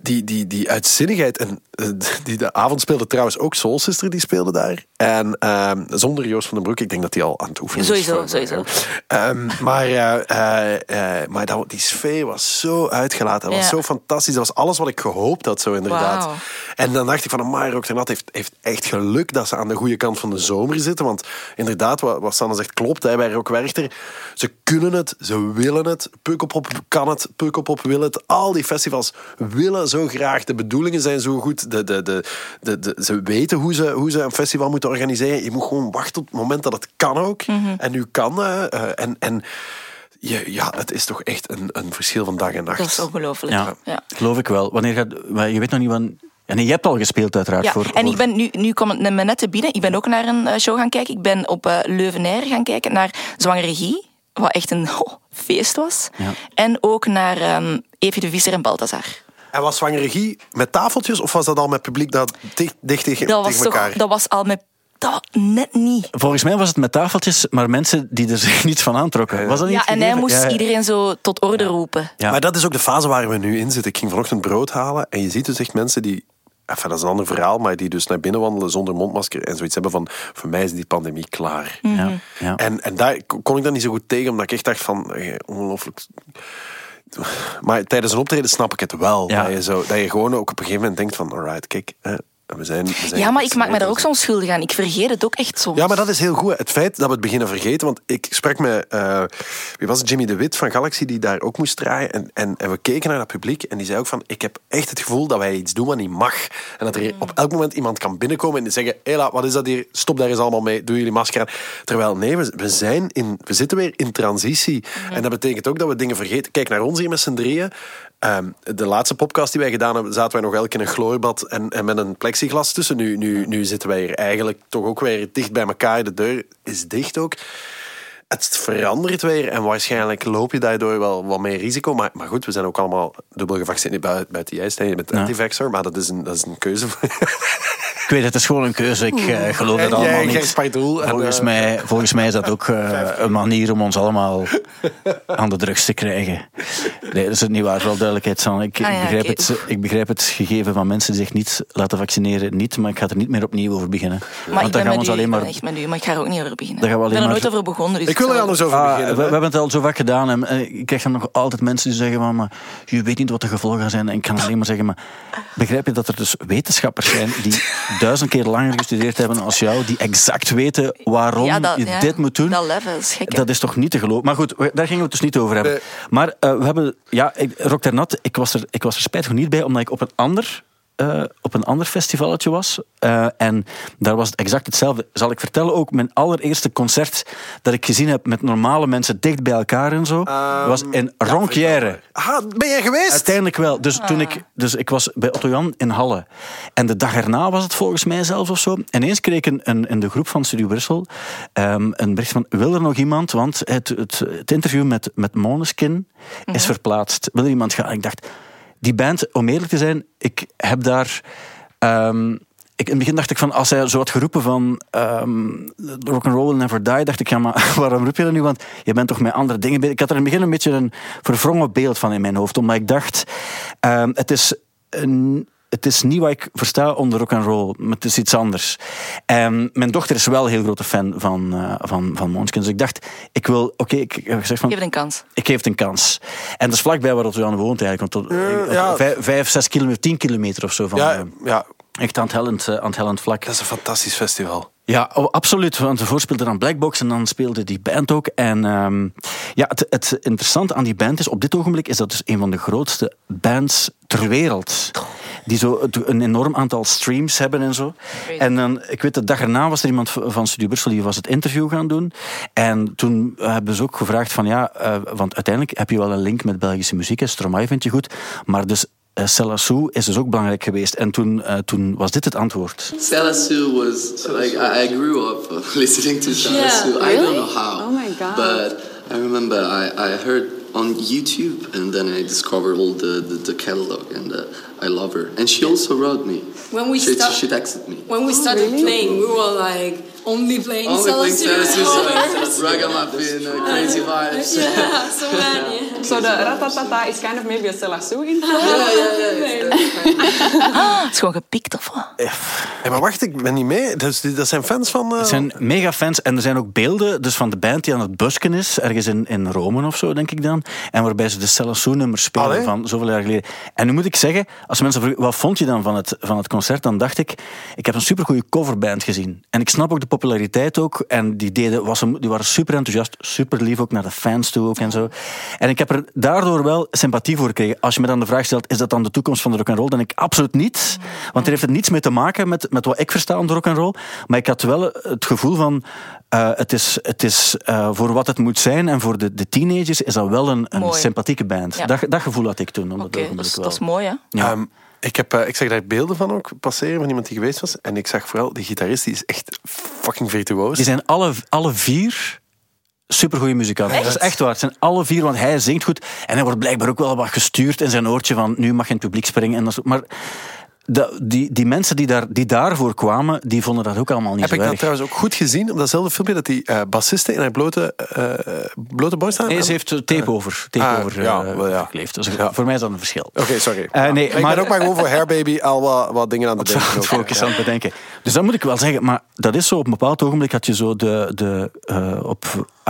E: Die, die, die uitzinnigheid. En eh, die, de avond speelde trouwens ook Soul Sister, die speelde daar. En ehm, zonder Joost van den Broek, ik denk dat hij al aan het oefenen is.
D: Sowieso,
E: voor-
D: sowieso.
E: Ehm, maar eh, eh, eh, maar dat, die sfeer was zo uitgelaten. Dat was
D: Ja.
E: zo fantastisch. Dat was alles wat ik gehoopt had, zo inderdaad.
D: Wauw.
E: En dan dacht ik van, amai, Rock de Nat heeft, heeft echt geluk dat ze aan de goede kant van de zomer zitten. Want inderdaad, wat, wat Sanne zegt klopt, hè, bij Rock Werchter. Ze kunnen het, ze willen het. Pukkelpop kan het, Pukkelpop wil het. Al die festivals willen zo graag. De bedoelingen zijn zo goed. De, de, de, de, de- ze weten hoe ze, hoe ze een festival moeten organiseren. Je moet gewoon wachten op het moment dat het kan ook.
D: Mhm.
E: En nu kan dat. hè. Eh, en... en ja, ja, het is toch echt een, een verschil van dag en nacht.
D: Dat is ongelooflijk.
C: Ja,
D: Ja. Ja.
C: geloof ik wel. Wanneer gaat, maar je weet nog niet wanneer... Ja, nee, je hebt al gespeeld uiteraard. voor,
D: en ik
C: voor-
D: ben nu, nu kwam het me net te binnen. Ik ben ook naar een eh, show gaan kijken. Ik ben op eh Leuvenair gaan kijken naar Zwangere Gie, wat echt een ho, feest was.
C: Ja.
D: En ook naar ehm Evie de Visser en Balthazar.
E: En was zwanger regie met tafeltjes of was dat al met publiek dat dicht, dicht tegen,
D: Dat was,
E: tegen
D: toch,
E: elkaar?
D: dat was al met... Dat, net niet.
C: Volgens mij was het met tafeltjes, maar mensen die er zich niets van aantrokken. Was dat niet
D: Ja,
C: het
D: en hij
C: idee?
D: moest
C: Ja, ja.
D: iedereen zo tot orde roepen.
C: Ja.
E: Maar dat is ook de fase waar we nu in zitten. Ik ging vanochtend brood halen en je ziet dus echt mensen die... Enfin, dat is een ander verhaal, maar die dus naar binnen wandelen zonder mondmasker en zoiets hebben van... Voor mij is die pandemie klaar.
D: Mhm.
C: Ja, ja.
E: En, en daar kon ik dan niet zo goed tegen, omdat ik echt dacht van... eh, Ongelooflijk... Maar tijdens een optreden snap ik het wel.
C: Ja.
E: Dat, je zo, dat je gewoon ook op een gegeven moment denkt van... Alright, kijk, hè, we zijn... We zijn
D: Ja, maar ik maak me daar
E: daar
D: ook zo'n schuldig aan. Ik vergeet het ook echt soms.
E: Ja, maar dat is heel goed. Het feit dat we het beginnen vergeten. Want ik sprak met eh, wie was het? Jimmy de Wit van Galaxy, die daar ook moest draaien. En, en, en we keken naar dat publiek en die zei ook van... Ik heb echt het gevoel dat wij iets doen wat niet mag. En dat er op elk moment iemand kan binnenkomen en zeggen... Hela, wat is dat hier? Stop daar eens allemaal mee. Doe jullie masker aan. Terwijl nee, we, we zijn in, we zitten weer in transitie. En dat betekent ook dat we dingen vergeten. Kijk naar ons hier met z'n drieën. Ehm, de laatste podcast die wij gedaan hebben, zaten wij nog elk in een glooibad en, en met een plexiglas tussen. Nu, nu, nu zitten wij hier eigenlijk toch ook weer dicht bij elkaar. De deur is dicht ook. Het verandert weer en waarschijnlijk loop je daardoor wel wat meer risico. Maar, maar goed, we zijn ook allemaal dubbel gevaccineerd. Buiten, buiten jij, Stijn, je bent anti-vaxxer, maar dat is een, dat is een keuze.
G: Ik weet, het is gewoon een keuze. Ik eh, geloof
E: En
G: dat allemaal
E: jij,
G: niet.
E: Gijs Pardoel, en,
G: volgens,
E: eh,
G: mij, volgens mij is dat ook eh, een manier om ons allemaal aan de drugs te krijgen.
C: Nee, dat is het niet waar. Wel duidelijkheid, San. Ik, ik
D: Ah ja,
C: begrijp
D: oké.
C: het, ik begrijp het gegeven van mensen die zich niet laten vaccineren. Niet, maar ik ga er niet meer opnieuw over beginnen.
D: Maar ik
C: Want dan
D: ben
C: gaan we
D: met
C: ons
D: u,
C: alleen
D: ik ben
C: maar...
D: echt met u, maar ik ga er ook niet over beginnen.
C: Daar gaan we
D: ik ben er
C: alleen
D: nooit
C: maar-
D: over begonnen. Dus
E: ik wil er
D: zal-
E: anders over
C: Ah, we,
E: beginnen.
C: we
E: hè.
C: hebben het al zo vaak gedaan. En, eh, ik krijg dan nog altijd mensen die zeggen van... Maar, je weet niet wat de gevolgen zijn. En ik kan alleen maar zeggen... Maar, begrijp je dat er dus wetenschappers zijn... die duizend keer langer gestudeerd hebben als jou... die exact weten waarom
D: Ja, dat-
C: je
D: ja,
C: dit moet doen?
D: Dat level is gek. hè.
C: Dat is toch niet te geloven. Maar goed, we- daar gingen we het dus niet over hebben. Maar eh, we hebben, ja, ik, Rock der Nat, ik was, er, ik was er spijtig genoeg niet bij, omdat ik op een ander, eh, op een ander festivalletje was. Eh, en daar was het exact hetzelfde. Zal ik vertellen ook, mijn allereerste concert dat ik gezien heb met normale mensen dicht bij elkaar en zo, was in Ronquière.
E: Ah, ben jij geweest?
C: Uiteindelijk wel. Dus, toen ik, dus ik was bij Otto Jan in Halle. En de dag erna was het volgens mij zelfs of zo. Ineens kreeg ik een, een, in de groep van Studio Brussel ehm, een bericht van... Wil er nog iemand? Want het, het, het interview met, met Måneskin is verplaatst. Wil er iemand gaan? En ik dacht, die band, om eerlijk te zijn, ik heb daar... ehm, ik, in het begin dacht ik van, als hij zo had geroepen van ehm rock'n'roll never die, dacht ik, ja maar waarom roep je dat nu? Want je bent toch met andere dingen bezig. Ik had er in het begin een beetje een verwrongen beeld van in mijn hoofd, omdat ik dacht, ehm, het is... Een, het is niet wat ik versta onder rock and roll, maar het is iets anders. En mijn dochter is wel een heel grote fan van, eh van, van Måneskin. Dus ik dacht, ik wil, oké, ik ik heb gezegd van,
D: Geef het een kans.
C: ik geef het een kans. En dat is vlakbij waar Otto Jan woont eigenlijk. Want tot, eh,
E: ja.
C: vijf, vijf, zes kilometer, tien kilometer of zo van... eh,
E: Ja, ja,
C: Echt aan het hellend, eh, aan het hellend vlak.
E: dat is een fantastisch festival.
C: Ja, oh, absoluut. Want ervoor speelde dan Blackbox en dan speelde die band ook. En ehm, ja, het, het interessante aan die band is, op dit ogenblik is dat dus een van de grootste bands ter wereld. Die zo het- een enorm aantal streams hebben en zo. En dan, ik weet, de dag erna was er iemand v- van Studio Brussel die was het interview gaan doen. En toen hebben ze ook gevraagd van ja, eh, want uiteindelijk heb je wel een link met Belgische muziek. hè. Stromae vind je goed. Maar dus eh, Celassou is dus ook belangrijk geweest. En toen, eh, toen was dit het antwoord.
H: Salasu was like I, I grew up uh, listening to Salasu. I don't know how.
I: Oh my God.
H: But I remember I, I heard on YouTube and then I discovered all the, the, the catalog and uh, I love her. And she also wrote me.
I: When we
H: she,
I: start-
H: she texted me.
I: When we started playing, we were like only playing
H: Only playing
I: Celestia
H: Salasu,
I: covers.
H: Salasu, Ragamuffin, uh, Crazy Vibes.
I: Yeah, so many.
J: So the ratatata is kind of maybe a selassou influence.
D: Ah, het is gewoon gepikt of wat?
E: Hé, maar wacht, ik ben niet mee. Dus, die- dat zijn fans van... eh,
C: Het zijn mega fans en er zijn ook beelden dus van de band die aan het busken is, ergens in, in Rome of zo, denk ik dan. En waarbij ze de Celassou-nummers spelen
E: Allee.
C: van zoveel jaar geleden. En nu moet ik zeggen, als mensen vragen, wat vond je dan van het, van het concert? Dan dacht ik, ik heb een supergoeie coverband gezien. En ik snap ook de populariteit ook. En die, deden, was, een- die waren super enthousiast, super lief ook naar de fans toe ook en zo. En ik heb er daardoor wel sympathie voor gekregen. Als je me dan de vraag stelt, is dat dan de toekomst van de rock'n'roll? Dan denk ik, absoluut niet. Want er heeft het niets mee te maken met, met wat ik versta aan de rock'n'roll. Maar ik had wel het gevoel van, eh, het is, het is eh, voor wat het moet zijn en voor de, de teenagers is dat wel een, een
D: Mooi.
C: sympathieke band.
D: Ja.
C: Dat, dat gevoel had ik toen. Omdat
D: Oké, dat, is- dat is
C: wel.
D: mooi, hè?
C: Ja.
E: Ehm, ik, heb, eh, ik zag daar beelden van ook passeren van iemand die geweest was. En ik zag vooral, die gitarist die is echt fucking virtuoos.
C: Die zijn alle, alle vier supergoeie muzikanten. Dat is echt waar. Het zijn alle vier, want hij zingt goed. En hij wordt blijkbaar ook wel wat gestuurd in zijn oortje van nu mag je in het publiek springen. En dat, soort- maar de- die, die mensen die, daar, die daarvoor kwamen, die vonden dat ook allemaal niet
E: heb
C: zo
E: ik dat
C: erg.
E: trouwens ook goed gezien op datzelfde filmpje dat die eh bassiste in haar blote, eh blote borst staan?
C: Nee, ze heeft eh, tape over, tape
E: Ah,
C: over
E: ja,
C: eh,
E: wel ja.
C: gekleefd. Dus
E: Ja.
C: voor mij is dat een verschil.
E: Oké, sorry.
C: Eh, nee,
E: maar ik
C: maar-
E: ben ook maar gewoon voor Hairbaby al wat, wat dingen aan het denken.
C: het
E: ook.
C: focus
E: Ja.
C: aan het bedenken. Dus dat moet ik wel zeggen. Maar dat is zo, op een bepaald ogenblik had je zo de, de, eh, op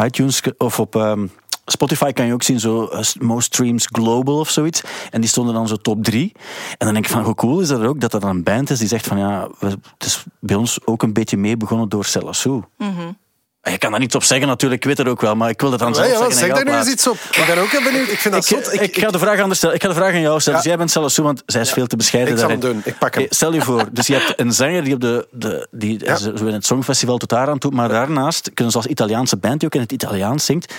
C: iTunes ge- of op ehm, Spotify kan je ook zien, zo eh, most streams global of zoiets. En die stonden dan zo top drie. En dan denk ik van, hoe cool is dat ook, dat dat een band is die zegt van, ja, we- het is bij ons ook een beetje mee begonnen door Celassou. En Je kan daar niets op zeggen natuurlijk, ik weet het ook wel, maar ik wil het dan
E: Ja,
C: zelf
E: ja,
C: zeggen. in
E: zeg
C: jouw
E: daar nu
C: plaat.
E: eens iets op. Ik ben ook heel benieuwd. Ik vind dat
C: Ik, eh,
E: zot.
C: ik, ga de vraag anders stellen. Ik ga de vraag aan jou stellen.
E: Ja.
C: Dus jij bent Celassou, want zij is veel te bescheiden
E: Ik zal hem
C: daarin.
E: doen. Ik pak hem.
C: Oké, Stel je voor, dus je hebt een zanger die op de, de die is zo in het Songfestival tot daar aan toe, maar daarnaast kunnen ze als Italiaanse band, die ook in het Italiaans zingt,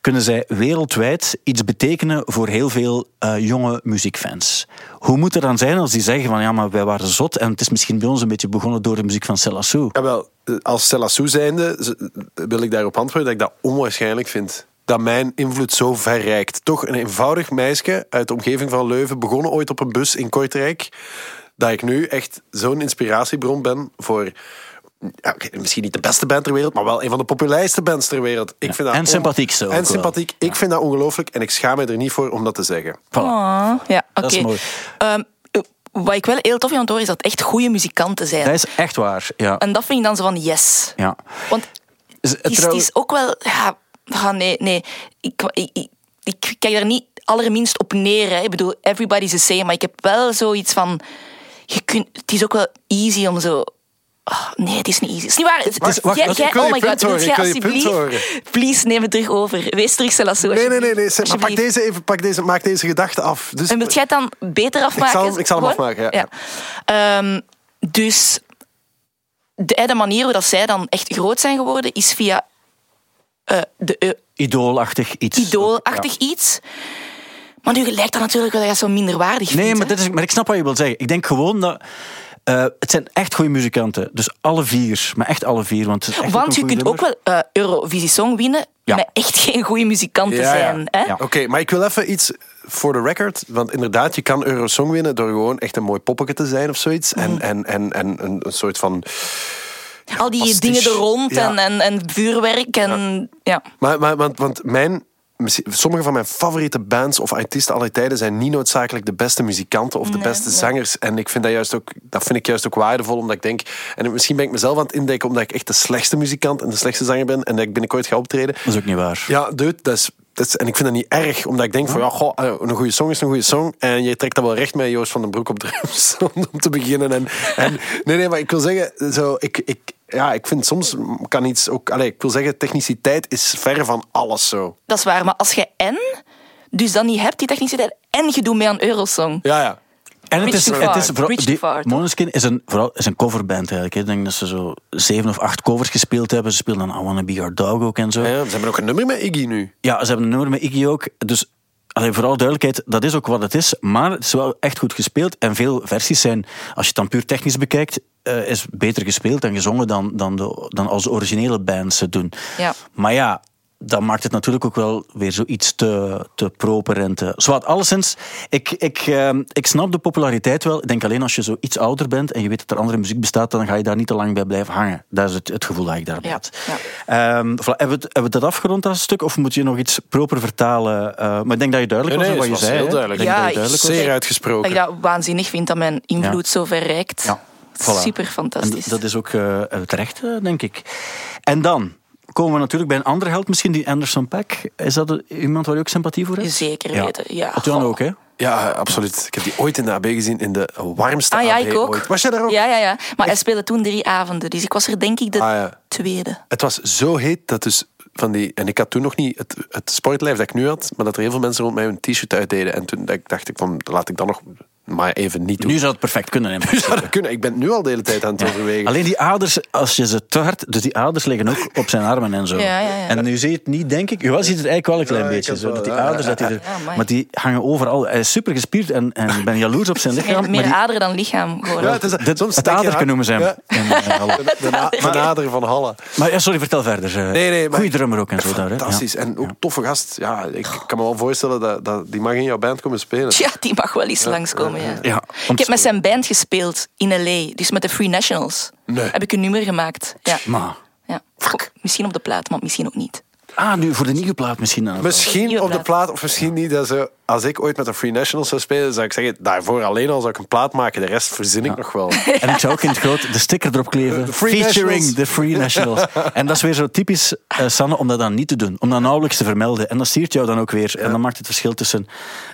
C: kunnen zij wereldwijd iets betekenen voor heel veel eh, jonge muziekfans. Hoe moet het dan zijn als die zeggen van ja, maar wij waren zot en het is misschien bij ons een beetje begonnen door de muziek van Celassou.
E: Ja, wel, eh, als Celassou zijnde z- wil ik daarop antwoorden dat ik dat onwaarschijnlijk vind. Dat mijn invloed zo ver reikt. Toch een eenvoudig meisje uit de omgeving van Leuven, begonnen ooit op een bus in Kortrijk, dat ik nu echt zo'n inspiratiebron ben voor... ja, oké, misschien niet de beste band ter wereld, maar wel een van de populairste bands ter wereld. Ik vind dat
C: en
E: on-
C: sympathiek zo ook
E: En
C: wel.
E: sympathiek. Ik vind dat ongelooflijk en ik schaam me er niet voor om dat te zeggen.
D: Ah, ja, oké.
C: Dat is mooi.
D: Ehm, wat ik wel heel tof vind om te horen, is dat het echt goede muzikanten zijn.
C: Dat is echt waar, ja.
D: En dat vind ik dan zo van yes.
C: ja.
D: Want
C: Is-
D: het is, het
C: trouw-
D: is ook wel... Ja, ah, nee, nee. Ik, ik, ik, ik kijk daar niet allerminst op neer. Hè. Ik bedoel, everybody's the same. Maar ik heb wel zoiets van... Je kunt, het is ook wel easy om zo... ah, nee, het is niet easy. Het is niet waar. Het- het is-
E: wacht,
D: jij-
E: wacht,
D: jij-
E: ik wil
D: oh
E: je
D: my
E: punt
D: god, wil
E: horen,
D: jij
E: ik wil je punt
D: alsjeblieft... Please, neem het terug over. Wees terug, Celassou.
E: Nee, nee, nee.
D: alsjeblieft.
E: nee. zeg, Maar pak
D: Alsjeblieft.
E: deze even, pak deze, maak deze gedachte af. Dus,
D: En wilt jij het dan beter afmaken?
E: zal hem- ik zal hem
D: Gewoon?
E: afmaken, ja.
D: Ehm, dus de, de manier hoe dat zij dan echt groot zijn geworden is via eh, de eh,
C: idoolachtig iets.
D: idoolachtig iets. Maar nu lijkt dat natuurlijk wel dat je dat zo minderwaardig vindt.
C: Nee, maar,
D: hè?
C: dit is, maar ik snap wat je wil zeggen. Ik denk gewoon dat. eh, het zijn echt goede muzikanten. Dus alle vier. Maar echt alle vier. Want, het is echt
D: Want
C: een
D: je
C: goeie
D: kunt ook
C: nummer.
D: wel eh, Eurovisie Song winnen
C: Ja.
D: met echt geen goede muzikanten
E: Ja, ja.
D: zijn. Hè?
E: Oké, maar ik wil even iets voor de record. Want inderdaad, je kan Eurosong winnen door gewoon echt een mooi poppetje te zijn of zoiets. En, en, en, en een, een soort van...
D: Al die
E: pastiche.
D: dingen er rond
E: Ja.
D: en, en, en vuurwerk en... Ja.
E: Maar, maar, want, want mijn, misschien- sommige van mijn favoriete bands of artiesten aller tijden zijn niet noodzakelijk de beste muzikanten of de beste zangers. En ik vind dat, juist ook, dat vind ik juist ook waardevol, omdat ik denk... En misschien ben ik mezelf aan het indekken omdat ik echt de slechtste muzikant en de slechtste zanger ben. En dat ik binnenkort ga optreden.
C: Dat is ook niet waar.
E: Ja, dude, dat is, dat is- en ik vind dat niet erg, omdat ik denk van, ja, goh, eh, een goede song is een goede song. En je trekt dat wel recht met Joost van den Broek op drums om te beginnen. En, en, nee, nee, maar ik wil zeggen, zo, ik, ik, ja, ik vind soms kan iets ook... Allez, ik wil zeggen, techniciteit is ver van alles zo.
D: Dat is waar, maar als je en, dus dan niet hebt die technische tijd, en je doet mee aan Eurosong.
E: Ja, ja.
C: En het is,
D: Reach too
C: het
D: far.
C: is vooral-
D: Reach
C: die-
D: too far, toch?
C: Måneskin is een, vooral, is een coverband eigenlijk. hè. Ik denk dat ze zo zeven of acht covers gespeeld hebben. Ze speelden dan I Wanna Be Your Dog ook en zo.
E: Ja, ze hebben ook een nummer met Iggy nu.
C: Ja, ze hebben een nummer met Iggy ook. Dus allee, vooral duidelijkheid, dat is ook wat het is. Maar het is wel echt goed gespeeld. En veel versies zijn, als je het dan puur technisch bekijkt, eh, is beter gespeeld en gezongen dan, dan, de, dan als de originele bands het doen.
D: Ja.
C: Maar ja, dan maakt het natuurlijk ook wel weer zoiets te, te proper en te... Zowat, alleszins, ik, ik, ehm, ik snap de populariteit wel. Ik denk alleen als je zo iets ouder bent en je weet dat er andere muziek bestaat, dan ga je daar niet te lang bij blijven hangen. Dat is het, het gevoel dat ik daarbij
D: Ja,
C: had. Ehm, voilà. hebben, we, het- hebben we dat afgerond, dat stuk? Of moet je nog iets proper vertalen? Eh, maar ik denk dat je duidelijk
E: Nee, nee,
C: was in wat je
E: het was
C: zei.
E: heel
C: hè?
E: duidelijk.
C: Ik denk
D: Ja,
C: dat je
D: ik-
C: duidelijk was.
E: Zeer
D: Dat ik
E: uitgesproken.
D: dat waanzinnig vind dat mijn invloed zo ver reikt.
C: Ja, voilà.
D: Super fantastisch.
C: En dat is ook eh, terecht, eh, denk ik. En dan komen we natuurlijk bij een andere held, misschien die Anderson Pack. Is dat een- iemand waar je ook sympathie voor hebt?
D: Zeker weten, ja.
C: Dat Jan
D: Goh.
C: ook, hè?
E: Ja, absoluut. Ik heb die ooit in de AB gezien, in de warmste
D: Ah ja,
E: AB
D: ik ook.
E: ooit. Was jij daar ook?
D: Ja, ja, ja. Maar hij speelde toen drie avonden, dus ik was er denk ik de
E: Ah, ja.
D: tweede.
E: Het was zo heet dat dus van die. En ik had toen nog niet het, het sportlijf dat ik nu had, maar dat er heel veel mensen rond mij hun t-shirt uitdeden. En toen dat ik dacht ik van, laat ik dat nog maar even niet doen.
C: Nu zou het perfect kunnen. in principe.
E: zou dat kunnen. Ik ben het nu al de hele tijd aan het overwegen.
C: Alleen die aders, als je ze te hard... Dus die aders liggen ook op zijn armen en zo.
D: Ja, ja, ja.
C: En nu zie je het niet, denk ik. Jawel, ziet het eigenlijk wel een klein
E: Ja, ik
C: beetje.
E: had
C: Zo,
E: wel-
C: dat die
E: ja, ja,
C: aders, dat die er,
D: Ja, amai.
C: maar die hangen overal. Hij is super gespierd en, en ik ben jaloers op zijn lichaam.
D: Meer, meer
C: maar die,
D: aderen dan lichaam, gewoon.
E: Ja, het is-
C: dit-
E: soms
C: het
E: denk je,
C: aderke
E: ah,
C: noemen ze hem.
E: ja.
C: En, eh, alle-
E: De, na, de nader van Halle.
C: maar ja, sorry, vertel verder. eh.
E: Nee, nee, maar-
C: Goeie drummer ook en zo daar. hè. Ja.
E: Fantastisch. En ook toffe gast. Ja, ik kan me wel voorstellen dat, dat die mag in jouw band komen spelen.
D: Ja, die mag wel eens langskomen, ja.
C: ja, om
D: Ik
C: te
D: heb met
C: spelen.
D: zijn band gespeeld in L.A., dus met de Free Nationals.
E: Nee.
D: Heb ik een nummer gemaakt. Ja.
C: Maar,
D: ja. Misschien op de plaat, maar misschien ook niet.
C: Ah, nu voor de nieuwe plaat misschien. dan ook wel.
E: Misschien
D: Nieuwe
E: op de
D: plaat.
E: plaat, of misschien niet. Dat ze, als ik ooit met de Free Nationals zou spelen, zou ik zeggen, daarvoor alleen al zou ik een plaat maken. De rest verzin ik nog wel.
C: En ik zou ook in het groot de sticker erop kleven.
E: De Free
C: featuring
E: Nationals.
C: the Free Nationals. En dat is weer zo typisch, eh, Sanne, om dat dan niet te doen. Om dat nauwelijks te vermelden. En dat siert jou dan ook weer. En dan maakt het verschil tussen,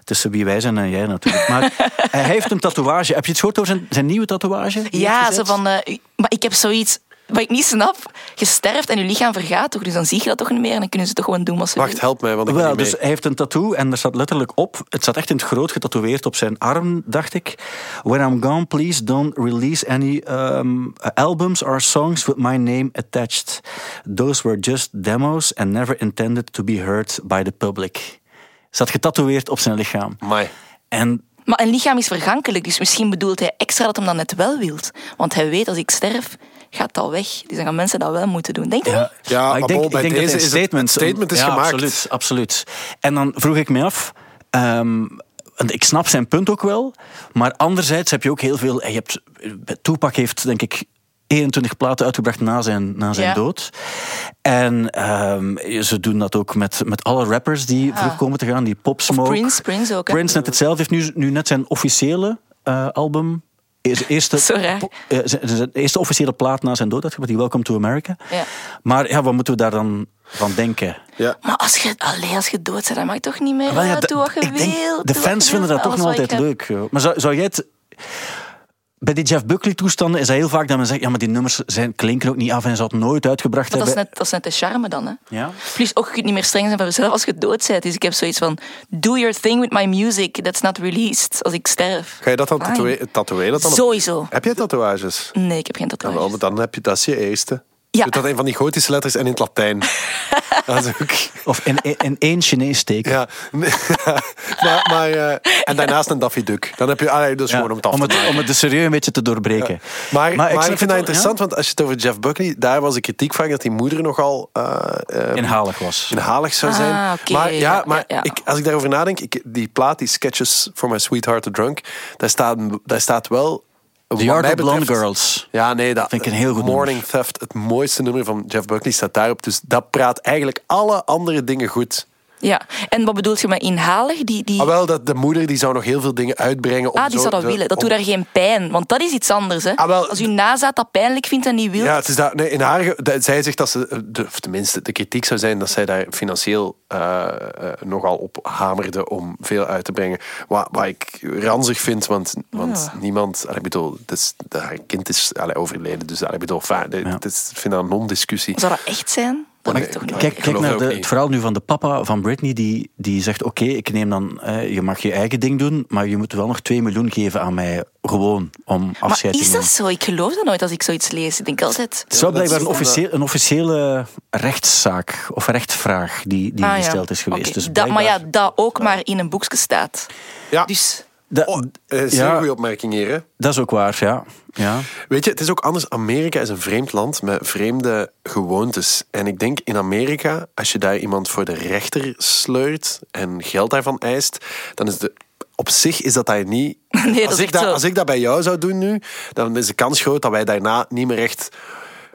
C: tussen wie wij zijn en jij natuurlijk. Maar eh, hij heeft een tatoeage. Heb je het gehoord over zijn, zijn nieuwe tatoeage? die hij
D: Ja,
C: heeft
D: zo
C: gezet?
D: van... eh, u- maar ik heb zoiets... Wat ik niet snap, je sterft en je lichaam vergaat toch, dus dan zie je dat toch niet meer en dan kunnen ze toch gewoon doen wat ze
E: Wacht,
D: willen.
E: help mij, want ik ben
C: Wel,
E: niet mee.
C: dus hij heeft een tattoo en er staat letterlijk op, het staat echt in het groot getatoeëerd op zijn arm, dacht ik. When I'm gone, please don't release any um, albums or songs with my name attached. Those were just demos and never intended to be heard by the public. Staat getatoeëerd op zijn lichaam.
E: Amai.
C: En
D: Maar een lichaam is vergankelijk, dus misschien bedoelt hij extra dat hem dat net wel wilt. Want hij weet, als ik sterf, gaat dat weg. Dus dan gaan mensen dat wel moeten doen. Denk je niet?
E: Ja,
C: Maar ik denk,
E: Abol, bij
C: ik denk
E: deze
C: dat
E: is
C: een
E: het-
C: statement,
E: het statement is
C: ja,
E: gemaakt.
C: Absoluut, absoluut. En dan vroeg ik me af, ehm, want ik snap zijn punt ook wel, maar anderzijds heb je ook heel veel. Je hebt, Tupac heeft denk ik 21 platen uitgebracht na zijn, na zijn
D: Ja.
C: dood. En ehm, ze doen dat ook met, met alle rappers die vroeg komen te gaan, die Pop Smoke.
D: Ah. Prince, Prince ook, hè?
C: Prince net hetzelfde heeft nu, nu net zijn officiële eh, album. Zijn eerste,
D: Zo raar.
C: po- eh, zijn- zijn eerste officiële plaat na zijn dood uitgebracht, die Welcome to America.
D: Ja.
C: Maar ja, wat moeten we daar dan van denken?
E: Ja.
D: Maar als je, allee, als je dood bent, dan maakt toch niet meer
C: Ah, Wel ja,
D: uit.
C: d-
D: Doe wat
C: ik
D: je
C: denk,
D: wilt,
C: de
D: doe wat
C: fans
D: je
C: vinden
D: wilt,
C: dat toch nog
D: alles wat
C: altijd
D: je-
C: leuk. joh. Maar zou, zou jij het... Bij die Jeff Buckley-toestanden is dat heel vaak dat men zegt... Ja, maar die nummers zijn, klinken ook niet af en ze had het nooit uitgebracht
D: Maar dat is,
C: hebben.
D: net, dat is net de charme dan, hè?
C: Ja.
D: Plus ook, je kunt niet meer streng zijn voor jezelf als je dood bent. Dus ik heb zoiets van, do your thing with my music, that's not released, als ik sterf.
E: Ga je dat dan
D: Fine.
E: tatoe- tatoeëren? dat dan op-
D: Sowieso.
E: Heb je tatoeages?
D: Nee, ik heb geen
E: Ja, wel,
D: tatoeage.
E: maar dan heb je, dat is je eerste.
D: Ja.
E: Doe dat in van die gotische letters en in het Latijn. dat is ook...
C: Of in, in, in één Chinees teken.
E: Ja, nee, maar, maar, eh, en daarnaast een Daffy Duck. Dan heb je, ah, nee, dat is
C: Ja,
E: gewoon om het af te
C: om, het,
E: maken.
C: om het de serieus een beetje te doorbreken.
E: Maar, maar, ik,
C: snap
E: vind dat
C: het wel, ja,
E: interessant, want als je het over Jeff Buckley... Daar was de kritiek van dat die moeder nogal eh, eh,
C: Inhalig was.
E: inhalig zou zijn.
D: Ah, oké,
E: maar ja,
D: ja,
E: maar
D: ja, ja.
E: Ik, als ik daarover nadenk... Ik, die plaat, die Sketches for My Sweetheart the Drunk... Daar staat, daar staat wel... wat
C: The Yard
E: mij
C: of Blonde
E: betreft-
C: Girls.
E: Ja, nee, dat
C: Vind ik een heel goed
E: Morning Theft, het mooiste nummer van Jeff Buckley, staat daarop. Dus dat praat eigenlijk alle andere dingen goed.
D: Ja, en wat bedoelt je met inhalig? Die, die...
E: Ah, wel, dat de moeder die zou nog heel veel dingen uitbrengen. Om
D: Ah, die
E: zo-
D: zou dat
E: zo-
D: willen. Dat
E: om-
D: doet daar geen pijn, want dat is iets anders. Hè.
E: Ah, wel,
D: Als uw nazaat dat pijnlijk vindt en niet wil,
E: Ja, het is daar, nee, in haar, ge- dat- zij zegt dat ze, eh, de, of tenminste, de kritiek zou zijn dat zij daar financieel eh, eh, nogal op hamerde om veel uit te brengen. Wat, wat ik ranzig vind, want, want niemand, allee, ik bedoel, het is, de- haar kind is allee, overleden, dus allee, ik bedoel, enfin, de- het is, ik vind dat een non-discussie.
D: zou dat echt zijn? Dat
E: Maar
D: weet ik toch niet.
E: ik
C: Kijk, kijk
E: geloof
C: naar
E: dat
C: de,
E: ook
C: het
E: niet.
C: verhaal nu van de papa van Britney, die, die zegt: Oké, ik neem dan, eh, je mag je eigen ding doen, maar je moet wel nog 2 miljoen geven aan mij, gewoon om
D: Maar
C: afscheid te
D: is
C: nemen.
D: dat zo? Ik geloof dat nooit als ik zoiets lees. Ik denk altijd...
C: Het is wel
E: Ja, dat
C: blijkbaar een,
E: is dan
C: officieel, een officiële rechtszaak of rechtvraag die, die
D: Ah, ja.
C: gesteld is geweest.
D: Oké,
C: Dus
D: dat, maar ja,
C: blijkbaar-
D: dat ook maar in een boekje staat.
E: Ja,
D: Dus
C: dat,
E: oh, eh, zeer
C: ja,
E: goede opmerking hier, hè?
C: dat is ook waar, ja. ja.
E: Weet je, het is ook anders. Amerika is een vreemd land met vreemde gewoontes. En ik denk in Amerika, als je daar iemand voor de rechter sleurt en geld daarvan eist, dan is de. Op zich is dat daar niet.
D: dat is
E: als, ik
D: echt zo.
E: als ik dat bij jou zou doen nu, dan is de kans groot dat wij daarna niet meer echt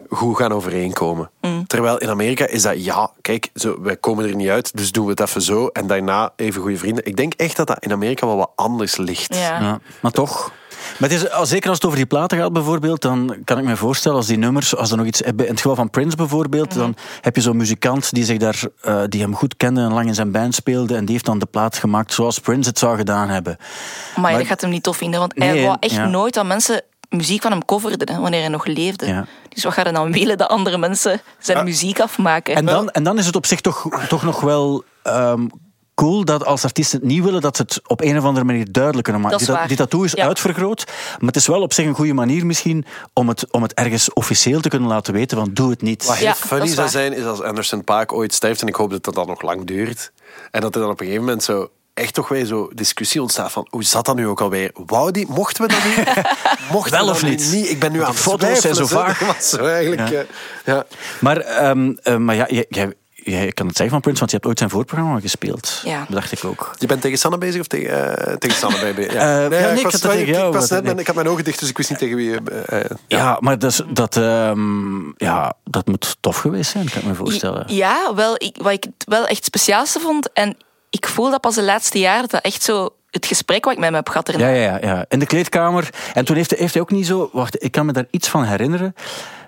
E: goed gaan overeenkomen.
D: Mm.
E: Terwijl in Amerika is dat ja, kijk, zo, wij komen er niet uit, dus doen we het even zo en daarna even goede vrienden. Ik denk echt dat dat in Amerika wel wat anders ligt.
D: ja.
C: Ja, maar toch. Maar het is, als- zeker als het over die platen gaat bijvoorbeeld, dan kan ik me voorstellen als die nummers, als er nog iets hebben, in het geval van Prince bijvoorbeeld,
D: Mhm.
C: dan heb je zo'n muzikant die, zich daar, eh, die hem goed kende en lang in zijn band speelde en die heeft dan de plaat gemaakt zoals Prince het zou gedaan hebben.
D: Maar,
C: Maar-
D: dat gaat hem niet tof vinden, want
C: Nee,
D: hij wou echt
C: ja.
D: nooit dat mensen muziek van hem coverden hè, wanneer hij nog leefde.
C: Ja.
D: Dus wat gaat hij dan willen dat andere mensen zijn
E: Ah.
D: muziek afmaken?
C: En dan, en dan is het op zich toch, toch nog wel ehm, cool dat als artiesten het niet willen, dat ze het op een of andere manier duidelijk kunnen maken.
D: Dat is
C: die, ta-
D: waar.
C: die tattoo is
D: Ja.
C: uitvergroot, maar het is wel op zich een goede manier misschien om het, om het ergens officieel te kunnen laten weten, want doe het niet.
E: Wat heel
D: Ja, dat
E: funny
D: is
E: zou
D: waar.
E: zijn, is als Anderson Paak ooit sterft. En ik hoop dat dat dan nog lang duurt. En dat er dan op een gegeven moment zo echt toch weer zo discussie ontstaat van hoe zat dat nu ook alweer? Wou die, mochten we dat niet? Mochten
C: Wel
E: we
C: of
E: dat nu
C: niet?
E: Ik ben nu
C: Want
E: aan
C: die foto's
E: het
C: zijn
E: twijfelen,
C: zo
E: hè.
C: vaag.
E: Dat was zo eigenlijk, eh, ja.
C: Maar, ehm, eh, maar ja, jij, jij- jij kan het zeggen van Prince, want je hebt ooit zijn voorprogramma gespeeld.
D: Ja.
C: Dacht ik ook.
E: Je bent tegen Sanne bezig of tegen, eh, tegen Sanne
C: Eh,
E: bezig?
C: ja, nee, ik had het tegen jou,
E: Ik, was
C: maar-
E: net, ben- ik had mijn ogen dicht, dus ik wist niet tegen wie... eh, eh,
C: Ja, maar dus, dat, ehm, ja, dat moet tof geweest zijn, kan ik me voorstellen.
D: Ja, wel, ik, wat ik het wel echt het speciaalste vond. En ik voel dat pas de laatste jaren, dat dat echt zo het gesprek wat ik met hem heb gehad erna.
C: Ja, ja, ja, ja. In de kleedkamer. En toen heeft hij, heeft hij ook niet zo... Wacht, ik kan me daar iets van herinneren.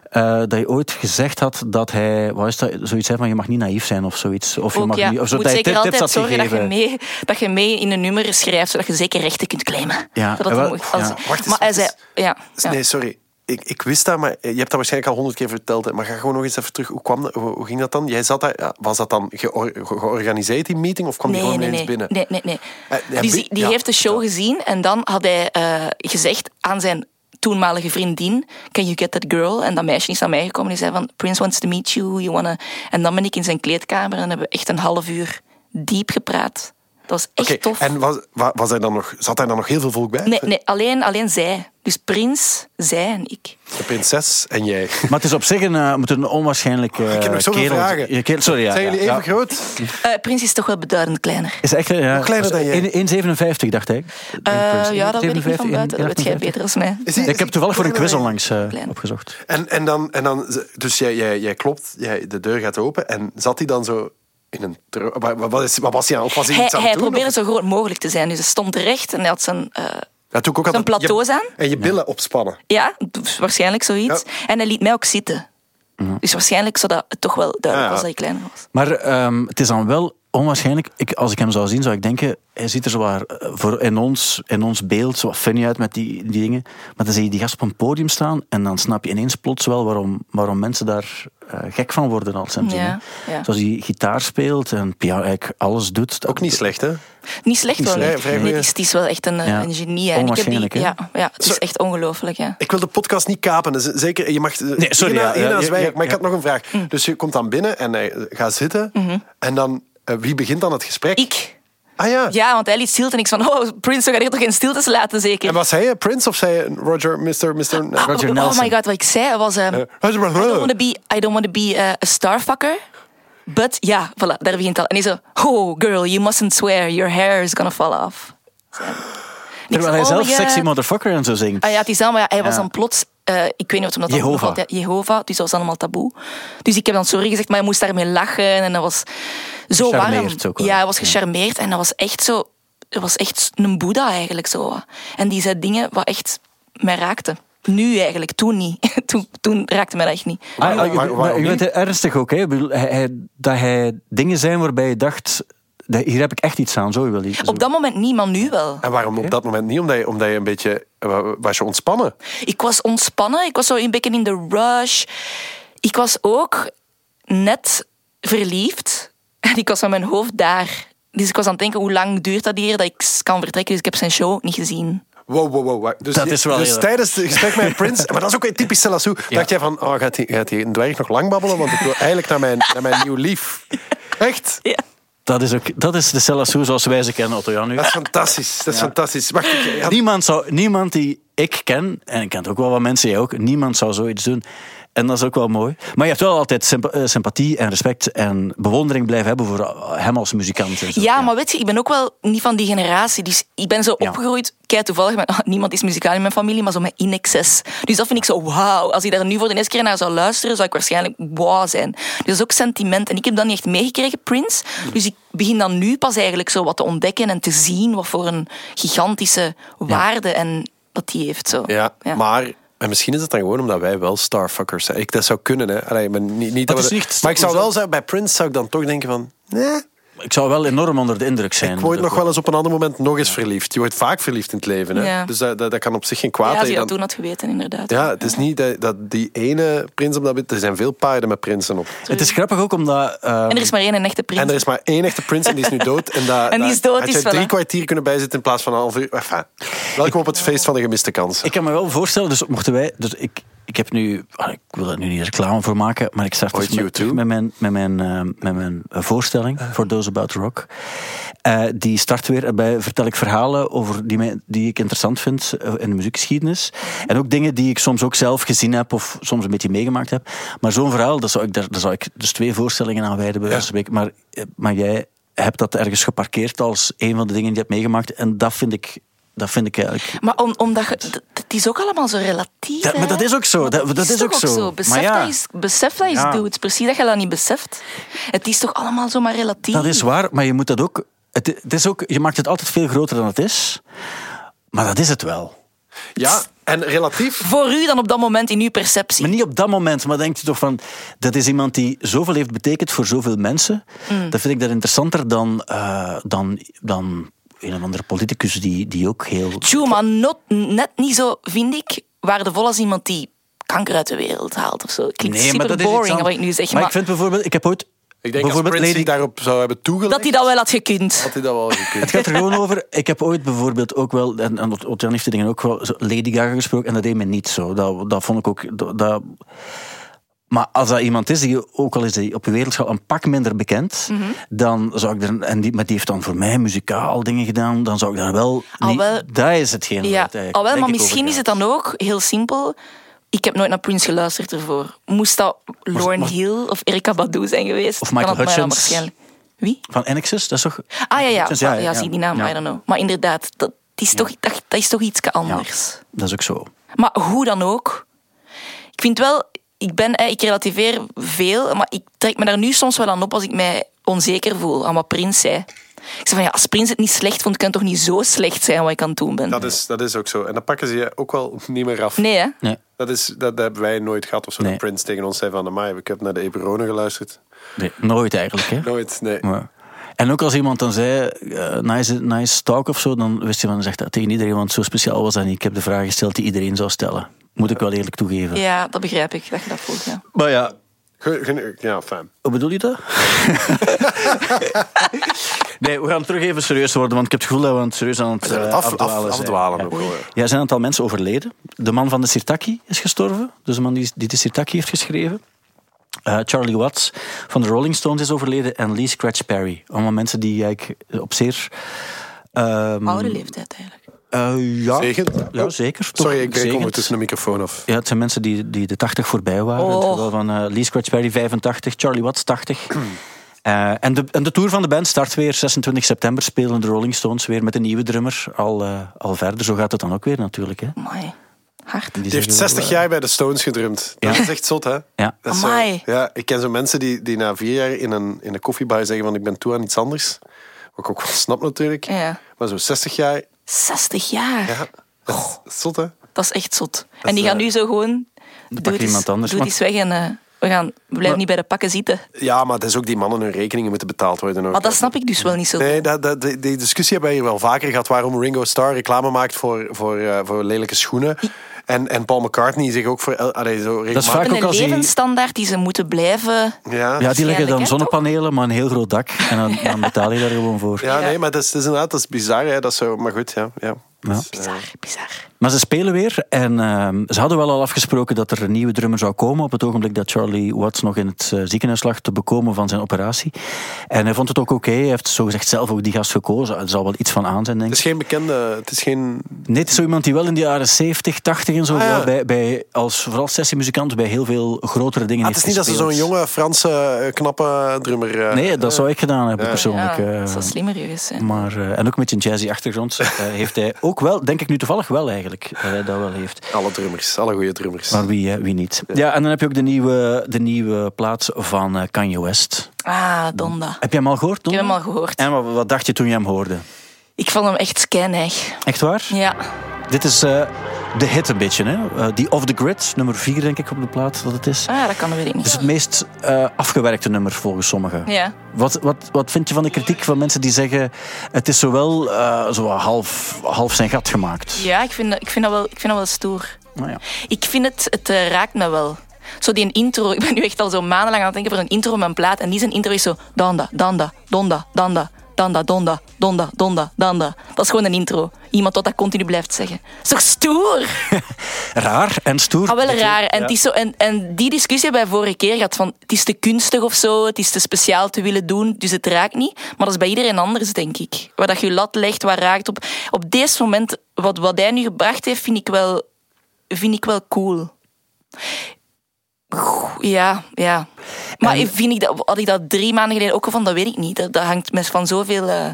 C: eh, dat je ooit gezegd had dat hij... Wat is dat? Zoiets zei van, je mag niet naïef zijn of zoiets. Of je
D: Ook,
C: mag
D: ja,
C: niet... Of zo,
D: moet
C: dat hij
D: zeker
C: tip- tips
D: altijd
C: had
D: zorgen dat je,
C: gegeven.
D: mee, dat je mee in een nummer schrijft, zodat je zeker rechten kunt claimen.
C: Ja,
D: Zodat
C: en
D: het
C: wel-
D: mag- als-
C: ja.
E: Wacht eens,
D: maar hij
E: wacht
D: zei...
E: eens.
D: Ja, ja.
E: Nee, sorry. Ik, ik wist dat, maar je hebt dat waarschijnlijk al honderd keer verteld. hè. Maar ga gewoon nog eens even terug. Hoe, kwam dat, hoe, hoe ging dat dan? Jij zat daar, ja, was dat dan geor- ge- georganiseerd, die meeting? Of kwam die
D: Nee,
E: gewoon
D: nee,
E: ineens
D: nee.
E: binnen?
D: nee, nee, nee.
E: Eh, ja,
D: die
E: bi-
D: die
E: ja.
D: heeft de show gezien en dan had hij eh, gezegd aan zijn toenmalige vriendin, can you get that girl? En dat meisje is aan mij gekomen en die zei van, Prince wants to meet you, you wanna... En dan ben ik in zijn kleedkamer en hebben we echt een half uur diep gepraat. Dat was echt
E: Oké,
D: tof.
E: en was, wa- was hij dan nog, zat daar dan nog heel veel volk bij?
D: Nee, nee alleen, alleen zij. Dus Prins, zij en ik.
E: De prinses en jij.
C: Maar het is op zich een, eh, moet een onwaarschijnlijk eh,
E: Oh, ik heb nog zoveel
C: kerel-
E: vragen.
C: je kerel- sorry, ja.
E: Zijn
C: ja,
E: jullie even
C: ja.
E: groot?
D: Eh, Prins is toch wel beduidend kleiner.
C: Is echt, eh, ja,
E: kleiner dan jij.
C: 1,57 dacht ik.
D: Eh, ja, dat weet ik niet van buiten. Dat weet jij beter dus als mij.
E: Is hij-
C: Ik heb toevallig voor een quiz onlangs eh,
D: Klein.
C: opgezocht.
E: En, en dan, en dan dus jij, jij, jij klopt, jij, de deur gaat open. En zat hij dan zo in een... tro- wa- wa- Wat, is, wat was hij aan? Of was hij
D: Hij,
E: iets aan
D: hij
E: het doen?
D: probeerde
E: of-
D: zo groot mogelijk te zijn. Dus hij stond recht en hij had zijn... eh,
E: Ja, doe ik ook
D: zo'n
E: altijd- je-
D: plateaus aan.
E: En je billen opspannen.
D: Ja, d- waarschijnlijk zoiets. En hij liet mij ook zitten. Dus waarschijnlijk zodat het toch wel duidelijk
E: Ja, ja.
D: was dat ik kleiner was.
C: Maar ehm, het is dan wel onwaarschijnlijk. Ik, als ik hem zou zien, zou ik denken... Hij ziet er zwaar eh, voor in, ons, in ons beeld zo wat funny uit met die, die dingen. Maar dan zie je die gast op een podium staan... en dan snap je ineens plots wel waarom, waarom mensen daar eh, gek van worden als ze hem zien.
D: Ja,
C: hè.
D: ja.
C: Zoals hij gitaar speelt en piano, eigenlijk alles doet. Dat-
E: Ook niet slecht, hè?
D: Niet slecht hoor.
E: slecht.
D: Nee,
E: Nee, vrij
D: het,
E: goeie.
D: is, het is wel echt een, eh,
C: Ja.
D: een genie. hè. En ik heb die,
C: Onwaarschijnlijk, hè?
D: ja, ja, het is echt ongelooflijk. Ja.
E: Ik wil de podcast niet kapen. dus zeker, je mag. Nee,
C: sorry, ja, ja, ja,
E: zwijgen,
C: ja,
E: maar ik
C: ja. Mm.
E: had nog een vraag. Dus je komt dan binnen en hij eh, gaat zitten.
C: Mhm.
E: En dan, eh, wie begint dan het gesprek?
D: Ik?
E: Ah ja.
D: Ja, want hij liet stilte en ik van, oh, Prince, we gaan hier toch geen stiltes laten zeker?
E: En was hij eh, Prince of zei hij Roger, Mr. Mr.
D: Ah,
E: Roger Eh,
D: Oh my god, wat ik zei was... ehm,
E: Roger
D: I don't want to be, I don't wanna be eh, a starfucker. But, ja, voilà, daar begint al. En hij zo, oh girl, you mustn't swear, your hair is gonna fall off. Zei hij. En ik
C: Terwijl
D: zo,
C: hij
D: oh
C: zelf
D: my God.
C: sexy motherfucker en zo zingt.
D: Ah ja, het is dan, maar ja, hij was
C: Ja.
D: dan plots... eh, ik weet niet of hem dat dan
C: Jehovah.
D: nog altijd- Jehovah, dus dat was allemaal taboe. Dus ik heb dan sorry gezegd, maar hij moest daarmee lachen. En dat was zo warm.
C: Gecharmeerd ook wel.
D: ja, hij was gecharmeerd. En dat was echt zo... Het was echt een boeddha eigenlijk. Zo. En die zei dingen wat echt mij raakten. Nu eigenlijk, toen niet. Toen, toen raakte mij dat echt niet.
C: Ah, ah, je-
E: Waar- waarom
C: maar je
E: niet?
C: bent ernstig ook, hè? Ik bedoel, Hij, hij- dat hij dingen zijn waarbij je dacht, dat- hier heb ik echt iets aan, zo wil je.
D: Op dat moment niet, maar nu wel.
E: En waarom op dat moment niet? Omdat je, omdat je een beetje. eh, wa- Was je ontspannen?
D: Ik was ontspannen. Ik was zo een beetje in de rush. Ik was ook net verliefd. En ik was met mijn hoofd daar. Dus ik was aan het denken, hoe lang duurt dat hier dat ik s- kan vertrekken? Dus ik heb zijn show ook niet gezien.
E: Wow, wow, wow. wow. Dus,
C: Dat
E: je-
C: is wel
E: dus
C: heel-
E: tijdens het gesprek met Prince, maar dat is ook weer typisch Celassou. Dacht jij van, oh, gaat hij gaat die een dwerg nog lang babbelen? Want ik wil eigenlijk naar mijn, naar mijn nieuw lief. Echt?
C: Dat is, ook, dat is de Celassou zoals wij ze kennen, Otto Jan. nu.
E: Dat is fantastisch. Dat is fantastisch. Wacht, ik- ik had-
C: Niemand, zou, niemand die ik ken, en ik ken ook wel wat mensen, jij ook, niemand zou zoiets doen. En dat is ook wel mooi. Maar je hebt wel altijd sympa- eh, sympathie en respect en bewondering blijven hebben voor eh, hem als muzikant. en zo.
D: Ja, maar weet je, ik ben ook wel niet van die generatie. Dus ik ben zo
C: Ja.
D: opgegroeid, kei toevallig, met, ah, niemand is muzikaal in mijn familie, maar zo met in excess. Dus dat vind ik zo, wauw. Als ik daar nu voor de eerste keer naar zou luisteren, zou ik waarschijnlijk wauw zijn. Dus dat is ook sentiment. En ik heb dat niet echt meegekregen, Prince. Dus ik begin dan nu pas eigenlijk zo wat te ontdekken en te zien wat voor een gigantische waarde en wat die heeft. Zo.
E: Ja, maar... En misschien is het dan gewoon omdat wij wel starfuckers zijn. Ik, dat zou kunnen, hè. Allee, maar niet, niet dat
C: is
E: we-
C: niet-
E: maar ik zou wel zeggen, bij Prince zou ik dan toch denken van... Nee,
C: Ik zou wel enorm onder de indruk zijn.
E: ik word nog wel eens op een ander moment nog eens verliefd. Je wordt vaak verliefd in het leven, hè.
D: Ja.
E: Dus dat, dat, dat kan op zich geen kwaad
D: Ja, als
E: zijn.
D: je dat toen had geweten, inderdaad.
E: Ja, het is niet dat, dat die ene prins op dat moment... Er zijn veel paarden met prinsen op.
C: Het is grappig ook omdat... ehm,
D: En er is maar één een echte prins.
E: En er is maar één echte prins en die is nu dood. En, dat,
D: En die is dood,
E: Had
D: is
E: je
D: wel, hè.
E: drie kwartier kunnen bijzitten in plaats van een half uur. Enfin, welkom op het feest van de gemiste kansen.
C: Ik kan me wel voorstellen, dus mochten wij. Dus ik, ik heb nu. ah, Ik wil daar nu niet reclame voor maken, maar ik start dus
E: Ooit
C: met,
E: U2?
C: met mijn, met mijn, eh, met mijn eh, voorstelling voor Dozen About Rock. Eh, die start weer bij vertel ik verhalen over die, mij- die ik interessant vind eh, in de muziekgeschiedenis. En ook dingen die ik soms ook zelf gezien heb of soms een beetje meegemaakt heb. Maar zo'n verhaal, dat zou ik, daar, daar zou ik dus twee voorstellingen aan wijden. Bij wijze van spreken. maar, eh, maar jij hebt dat ergens geparkeerd als een van de dingen die je hebt meegemaakt. En dat vind ik, dat vind ik eigenlijk
D: Maar om, omdat je, d- het is ook allemaal zo relatief.
C: Dat- maar
D: hè?
C: dat is ook zo,
D: Maar
C: dat- dat is
D: toch
C: ook zo. Maar
D: Besef,
C: ja.
D: dat je, besef dat je
C: Ja.
D: het doet. Precies dat je dat niet beseft. Het is toch allemaal zomaar relatief.
C: Dat is waar, maar je moet dat ook. Het, het is ook. Je maakt het altijd veel groter dan het is. Maar dat is het wel.
E: Ja, en relatief.
D: Voor u dan op dat moment in uw perceptie.
C: Maar niet op dat moment. Maar denk je toch van. Dat is iemand die zoveel heeft betekend voor zoveel mensen.
D: Mm.
C: Dat vind ik dat interessanter dan. eh, dan, dan een of andere politicus die, die ook heel.
D: Tjoe, maar not, net niet zo, vind ik, waardevol als iemand die kanker uit de wereld haalt of zo. Klinkt super boring wat
C: anders.
D: ik nu zeg.
C: Maar,
D: Maar,
C: ik vind bijvoorbeeld. Ik heb ooit.
E: Ik denk als
C: bijvoorbeeld
E: Prince die
C: Lady
E: daarop zou hebben toegelicht,
D: dat hij dat wel had gekund.
E: had hij dat wel gekund.
C: Het gaat er gewoon over. Ik heb ooit bijvoorbeeld ook wel. En, en Ot- Otjan heeft die dingen ook wel. zo Lady Gaga gesproken. En dat deed me niet zo. Dat, dat vond ik ook. Dat, dat- maar als dat iemand is die ook al is die op de wereldschaal een pak minder bekend,
D: Mhm.
C: dan zou ik er. En die, maar die heeft dan voor mij muzikaal dingen gedaan, dan zou ik daar wel.
D: Al
C: niet-
D: wel-
C: dat is hetgeen. waar
D: Ja,
C: het eigenlijk,
D: al wel,
C: denk
D: maar
C: ik,
D: misschien
C: over
D: is het
C: gaat.
D: dan ook heel simpel. Ik heb nooit naar Prince geluisterd ervoor. Moest dat Lauren
C: moest-
D: Hill of Erika Badu zijn geweest?
C: Of Michael
D: kan het mij dan
C: Hutchins.
D: waarschijnlijk- Wie?
C: Van Annexus, dat is toch.
D: Ah ja, ja.
C: Hutchins,
D: ja, zie die naam, I don't know. Maar inderdaad, dat is toch, dat, dat is toch iets anders.
C: Dat is ook zo.
D: Maar hoe dan ook. Ik vind wel, ik ben, eh, ik relativeer veel, maar ik trek me daar nu soms wel aan op als ik mij onzeker voel aan wat Prins zei. Ik zeg van ja, als Prins het niet slecht vond, kan het toch niet zo slecht zijn wat ik aan het doen ben.
E: Dat is, dat is ook zo. En dan pakken ze je ook wel niet meer af.
D: Nee, hè?
C: Nee.
E: Dat, is, dat, dat hebben wij nooit gehad. Of zo.
C: Nee.
E: Dat Prince tegen ons zei van... Amai, ik heb naar de Eberone geluisterd.
C: nee, nooit eigenlijk. Hè?
E: Nooit, nee.
C: Ja. En ook als iemand dan zei, eh, nice, nice talk of zo, dan wist je van, zegt dat tegen iedereen, want zo speciaal was dat niet. Ik heb de vraag gesteld die iedereen zou stellen. Moet ik wel eerlijk toegeven.
D: Ja, dat begrijp ik, dat je dat voelt. Ja.
C: Maar ja,
E: Ge- ge- Ja, fijn.
C: hoe bedoel je dat? nee, we gaan terug even serieus worden, want ik heb het gevoel dat we aan het serieus aan het
E: zijn aan
C: eh,
E: het af-
C: afdwalen
E: af-
C: zijn.
E: afdwalen
C: Ja.
E: ook wel, ja.
C: Ja, er zijn een aantal mensen overleden. De man van de Sirtaki is gestorven, dus de man die, die de Sirtaki heeft geschreven. Eh, Charlie Watts van de Rolling Stones is overleden en Lee Scratch Perry. Allemaal mensen die eigenlijk op zeer... ehm,
D: Oude leeftijd eigenlijk.
C: Eh, ja.
E: Zegend?
C: Ja, zeker. Toch
E: Sorry, ik breek
C: zegend.
E: ondertussen de microfoon af.
C: Ja, het zijn mensen die, die de 80 voorbij waren. In het
D: Oh.
C: geval van eh, Lee Scratch Perry 85, Charlie Watts 80. Eh, en, de, en de tour van de band start weer 26 september. Spelen de Rolling Stones weer met een nieuwe drummer. Al, eh, al verder, zo gaat het dan ook weer natuurlijk. Hè.
D: Mooi. Hard.
E: Die heeft
C: eh,
E: 60 jaar bij de Stones gedrumd. Dat is echt zot, hè?
C: Ja.
E: Dat is zo-
D: Amai.
E: ja, ik ken zo mensen die, die na vier jaar in een, in een koffiebar zeggen van ik ben toe aan iets anders. Wat ik ook wel snap natuurlijk.
D: Ja.
E: Maar zo 60 jaar,
D: 60 jaar.
E: ja, dat is- dat is zot, hè?
D: Dat is echt zot. En die
E: is,
D: gaan
E: eh,
D: nu zo gewoon. Doe het
C: iemand
D: eens-
C: anders,
D: doe het eens weg en eh, we, gaan, we blijven niet bij de pakken zitten.
E: Ja, maar dat is ook die mannen hun rekeningen moeten betaald worden. Ook,
D: Maar dat
E: hè.
D: snap ik dus wel niet zo.
E: Nee, dat, dat, die, die discussie hebben we hier wel vaker gehad. Waarom Ringo Starr reclame maakt voor, voor, eh, voor lelijke schoenen. En, en Paul McCartney zich ook voor... el- Allee, zo regelmatig-
C: vaak- ook
D: Een
C: als die-
D: levensstandaard die ze moeten blijven.
C: Ja,
E: Ja, ja,
C: die leggen
D: Waarschijnlijk,
C: dan
D: hè,
C: zonnepanelen, maar een heel groot dak. En dan, dan betaal je daar gewoon voor.
E: nee, maar dat is, dat is inderdaad dat is bizar. Hè, dat is zo, maar goed, ja. ja. Eh,
C: Ja.
D: Bizar, bizar.
C: Maar ze spelen weer en ehm, ze hadden wel al afgesproken dat er een nieuwe drummer zou komen op het ogenblik dat Charlie Watts nog in het eh, ziekenhuis lag te bekomen van zijn operatie. En hij vond het ook oké, hij heeft zogezegd zelf ook die gast gekozen. Er zal wel iets van aan zijn, denk
E: Het
C: ik.
E: is geen bekende... Het is geen...
C: Nee, het is zo iemand die wel in de jaren 70, 80 en zo,
E: Ah, ja.
C: bij, bij, als vooral sessiemuzikant, bij heel veel grotere dingen
E: Ah, het
C: heeft
E: is niet dat ze
C: gespeeld.
E: zo'n jonge Franse eh, knappe drummer... eh,
C: Nee, dat zou ik gedaan hebben persoonlijk.
D: Ja, dat
C: eh.
D: zou slimmer geweest zijn.
C: Maar, eh, en ook met een jazzy achtergrond eh, heeft hij ook wel, denk ik nu toevallig wel eigenlijk, dat hij dat wel heeft.
E: Alle drummers, alle goede drummers.
C: Maar wie, eh, wie niet. Ja, en dan heb je ook de nieuwe, de nieuwe plaat van eh, Kanye West.
D: Ah, Donda.
C: Heb je hem al gehoord?
D: Ik
C: Don?
D: heb hem al gehoord.
C: En wat, wat dacht je toen je hem hoorde?
D: Ik vond hem echt scannig.
C: Echt waar?
D: Ja.
C: Dit is eh, de hit een beetje, hè? Eh, die Off The Grid, nummer 4 denk ik op de plaat dat het is.
D: Ah, dat kan weet ik
C: Het is
D: niet.
C: het meest eh, afgewerkte nummer volgens sommigen.
D: Ja.
C: Wat, wat, wat vind je van de kritiek van mensen die zeggen... het is zowel eh, zo half, half zijn gat gemaakt?
D: Ja, ik vind, dat- ik, vind dat wel, ik vind dat wel stoer.
C: Nou ja.
D: Ik vind het, het eh, raakt me wel. Zo die intro, ik ben nu echt al zo maandenlang aan het denken voor een intro op mijn plaat. En die zijn intro is zo, danda, danda, donda, danda, danda, donda, donda, donda, danda. Dat is gewoon een intro. Iemand dat dat continu blijft zeggen. Dat is toch stoer?
C: Raar en stoer.
D: Ah, wel raar. En, het is zo, en, en die discussie hebben wij vorige keer gehad. Van, het is te kunstig of zo, het is te speciaal te willen doen, dus het raakt niet. Maar dat is bij iedereen anders, denk ik. Waar dat je lat legt, waar raakt op. Op deze moment, wat, wat hij nu gebracht heeft, vind ik wel, vind ik wel cool. Goh, Ja, ja. Maar vind ik dat, had ik dat drie maanden geleden ook al van, dat weet ik niet. Dat, dat hangt met- van zoveel, eh,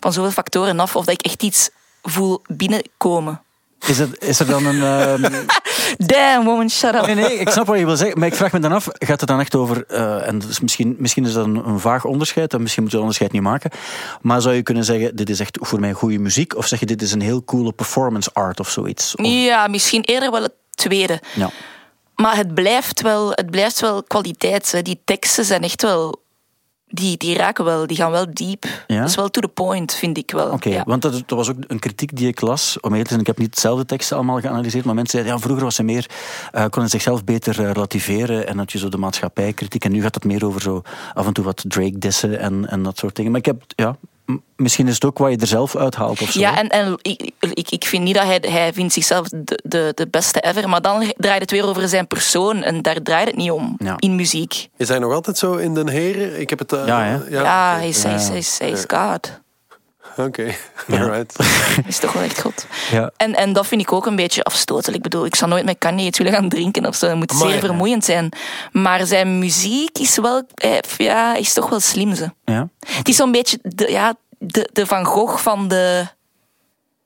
D: van zoveel factoren af of dat ik echt iets voel binnenkomen.
C: Is, dat, is er dan een... ehm,
D: Damn, woman, shut up.
C: Nee, nee, ik snap wat je wil zeggen. Maar ik vraag me dan af, gaat het dan echt over... eh, en dus misschien, misschien is dat een, een vaag onderscheid, en misschien moet je dat onderscheid niet maken. Maar zou je kunnen zeggen, dit is echt voor mij goede muziek? Of zeg je, dit is een heel coole performance art of zoiets? Of-
D: Ja, misschien eerder wel het tweede.
C: ja.
D: Maar het blijft wel, het blijft wel kwaliteit. Hè. Die teksten zijn echt wel... Die, die raken wel, die gaan wel diep.
C: Ja?
D: Dat is wel to the point, vind ik wel.
C: Oké,
D: ja.
C: want dat, dat was ook een kritiek die ik las. Om eerlijk te zijn, ik heb niet dezelfde teksten allemaal geanalyseerd, maar mensen zeiden, ja, vroeger was ze meer, eh konden zichzelf beter eh, relativeren en had je zo de maatschappijkritiek. En nu gaat het meer over zo af en toe wat Drake-dissen en, en dat soort dingen. Maar ik heb, ja, m- misschien is het ook wat je er zelf uithaalt of zo.
D: Ja, en, en ik, ik, ik vind niet dat hij, hij vindt zichzelf de, de, de beste ever. Maar dan draait het weer over zijn persoon. En daar draait het niet om
C: Ja.
D: in muziek.
E: Is hij nog altijd zo in Den Heren? Ik heb het... eh,
C: Ja, hè?
D: Ja,
E: ja.
D: hij, is, hij, is, hij, is, hij is God.
E: Oké, alright.
D: Hij is toch wel echt God.
C: Ja.
D: En, en dat vind ik ook een beetje afstotelijk. Ik bedoel, ik zou nooit met Kanye iets willen gaan drinken of zo. Dat moet
E: Amai.
D: zeer vermoeiend zijn. Maar zijn muziek is wel... eh, Ja, is toch wel slim, ze.
C: Ja.
D: Het is zo'n beetje de, ja, de, de Van Gogh van de...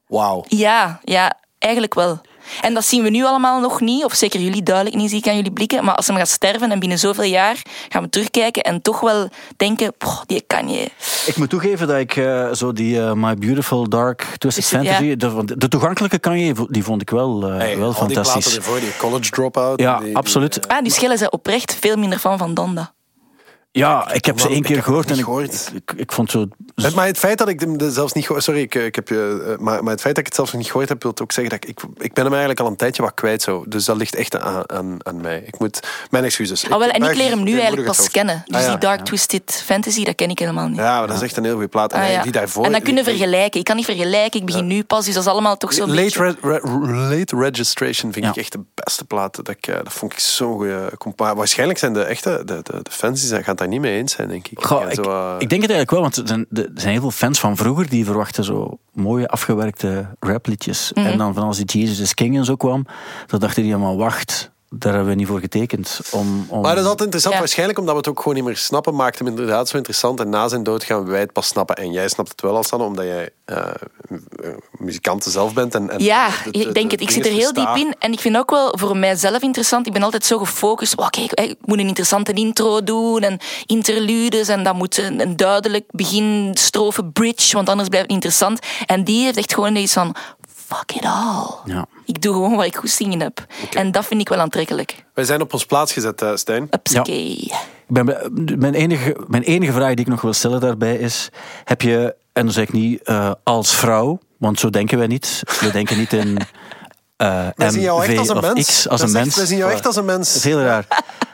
G: Wauw.
D: Ja, ja, eigenlijk wel. En dat zien we nu allemaal nog niet, of zeker jullie duidelijk niet, zie ik aan jullie blikken. Maar als hem gaat sterven en binnen zoveel jaar gaan we terugkijken en toch wel denken, "Poh, die kan je.
C: Ik moet toegeven dat ik eh, zo die eh, My Beautiful Dark Twisted
D: Is het- ja.
C: Fantasy, de, want de toegankelijke kan je, die vond ik wel, eh,
E: Hey,
C: wel
E: al die platen
C: fantastisch.
E: ervoor, die college dropout.
C: Ja,
E: die- die-
C: absoluut.
D: Ah, nu schillen ze oprecht veel minder van van Danda.
C: Ja, ik heb ze
E: Man,
C: één
E: ik
C: keer
E: heb het
C: gehoord en
E: niet
C: ik,
E: gehoord.
C: Ik, ik vond zo...
D: Dus-
E: Het, Eh, maar het feit dat ik hem de- zelfs niet gehoord... Sorry, ik, eh, ik heb je, eh, maar, maar het feit dat ik het zelfs nog niet gehoord heb, wil ook zeggen dat ik, ik... ik ben hem eigenlijk al een tijdje wat kwijt zo. Dus dat ligt echt aan, aan, aan mij. Ik moet... Mijn excuses.
D: Ah, wel, en ik
E: buig
D: leer hem
E: je
D: nu eigenlijk
E: moeder
D: pas
E: het
D: kennen.
E: hoofd.
D: Dus
E: Ah, ja.
D: die Dark Twisted Fantasy, dat ken ik helemaal niet.
E: Ja, maar dat is echt een heel goede plaat. En
D: Ah,
E: hij-
D: ja.
E: die daarvoor...
D: en dan kunnen
E: die-
D: vergelijken. Ik kan niet vergelijken, ik begin nu pas, dus dat is allemaal toch zo'n
E: Late,
D: beetje...
E: re- re- late Registration vind
C: Ja.
E: ik echt de beste plaat. Dat, ik, eh, dat vond ik zo'n goede comp. Maar waarschijnlijk zijn de echte de, de, de fans die zijn, gaan het daar niet mee eens zijn, denk ik.
C: Goh,
E: Ja,
C: ik,
E: zo, eh,
C: ik denk het eigenlijk wel, want er zijn, er zijn heel veel fans van vroeger die verwachten zo mooie afgewerkte rapliedjes.
D: Mhm.
C: En dan van als die Jesus is King en zo kwam, dan dachten die allemaal, wacht, daar hebben we niet voor getekend. Om, om...
E: Maar dat is altijd interessant.
D: Ja.
E: Waarschijnlijk omdat we het ook gewoon niet meer snappen, maakt hem inderdaad zo interessant. En na zijn dood gaan wij het pas snappen. En jij snapt het wel al, Sanne, omdat jij eh, eh, muzikant zelf bent. En, en
D: Ja,
E: de- de-
D: ik denk het.
E: de
D: Ik zit er
E: dinges
D: heel diep
E: verstaat.
D: in. En ik vind ook wel voor mijzelf interessant. Ik ben altijd zo gefocust. Wow, kijk, eh, ik moet een interessante intro doen. En interludes. En dat moet een, een duidelijk begin, strofe, bridge. Want anders blijft het niet interessant. En die heeft echt gewoon iets van... Fuck it all.
C: Ja.
D: Ik doe gewoon wat ik goed zingen heb. En dat vind ik wel aantrekkelijk.
E: Wij zijn op ons plaats gezet, eh, Stijn.
D: Upskey.
C: Ik ben bij- mijn, enige, mijn enige vraag die ik nog wil stellen daarbij is: heb je, en dan zeg ik niet eh, als vrouw, want zo denken wij niet. We denken niet in. eh
E: Wij zien jou
C: MV
E: echt als een
C: of
E: mens.
C: X, als
E: Dat
C: een
E: is echt-
C: mens.
E: wij zien jou
C: Voilà.
E: echt als een mens.
C: Dat is heel raar.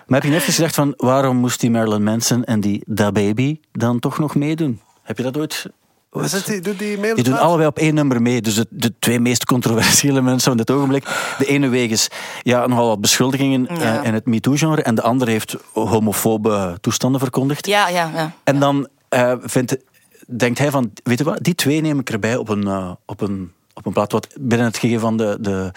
C: Maar heb je net eens gezegd van waarom moest die Marilyn Manson en die Da Baby dan toch nog meedoen? Heb je dat ooit? ooit-
E: Zet die, doet die mee
C: die
E: op de
C: doen
E: plaat?
C: allebei op één nummer mee. Dus de, de twee meest controversiële mensen van dit ogenblik. De ene weeg is ja, nogal wat beschuldigingen
D: Ja.
C: eh, in het MeToo-genre. En de andere heeft homofobe toestanden verkondigd.
D: Ja, ja, ja.
C: En dan eh, vindt, denkt hij van, weet je wat, die twee neem ik erbij op een, eh, op een, op een plaat. Wat binnen het gegeven van de, de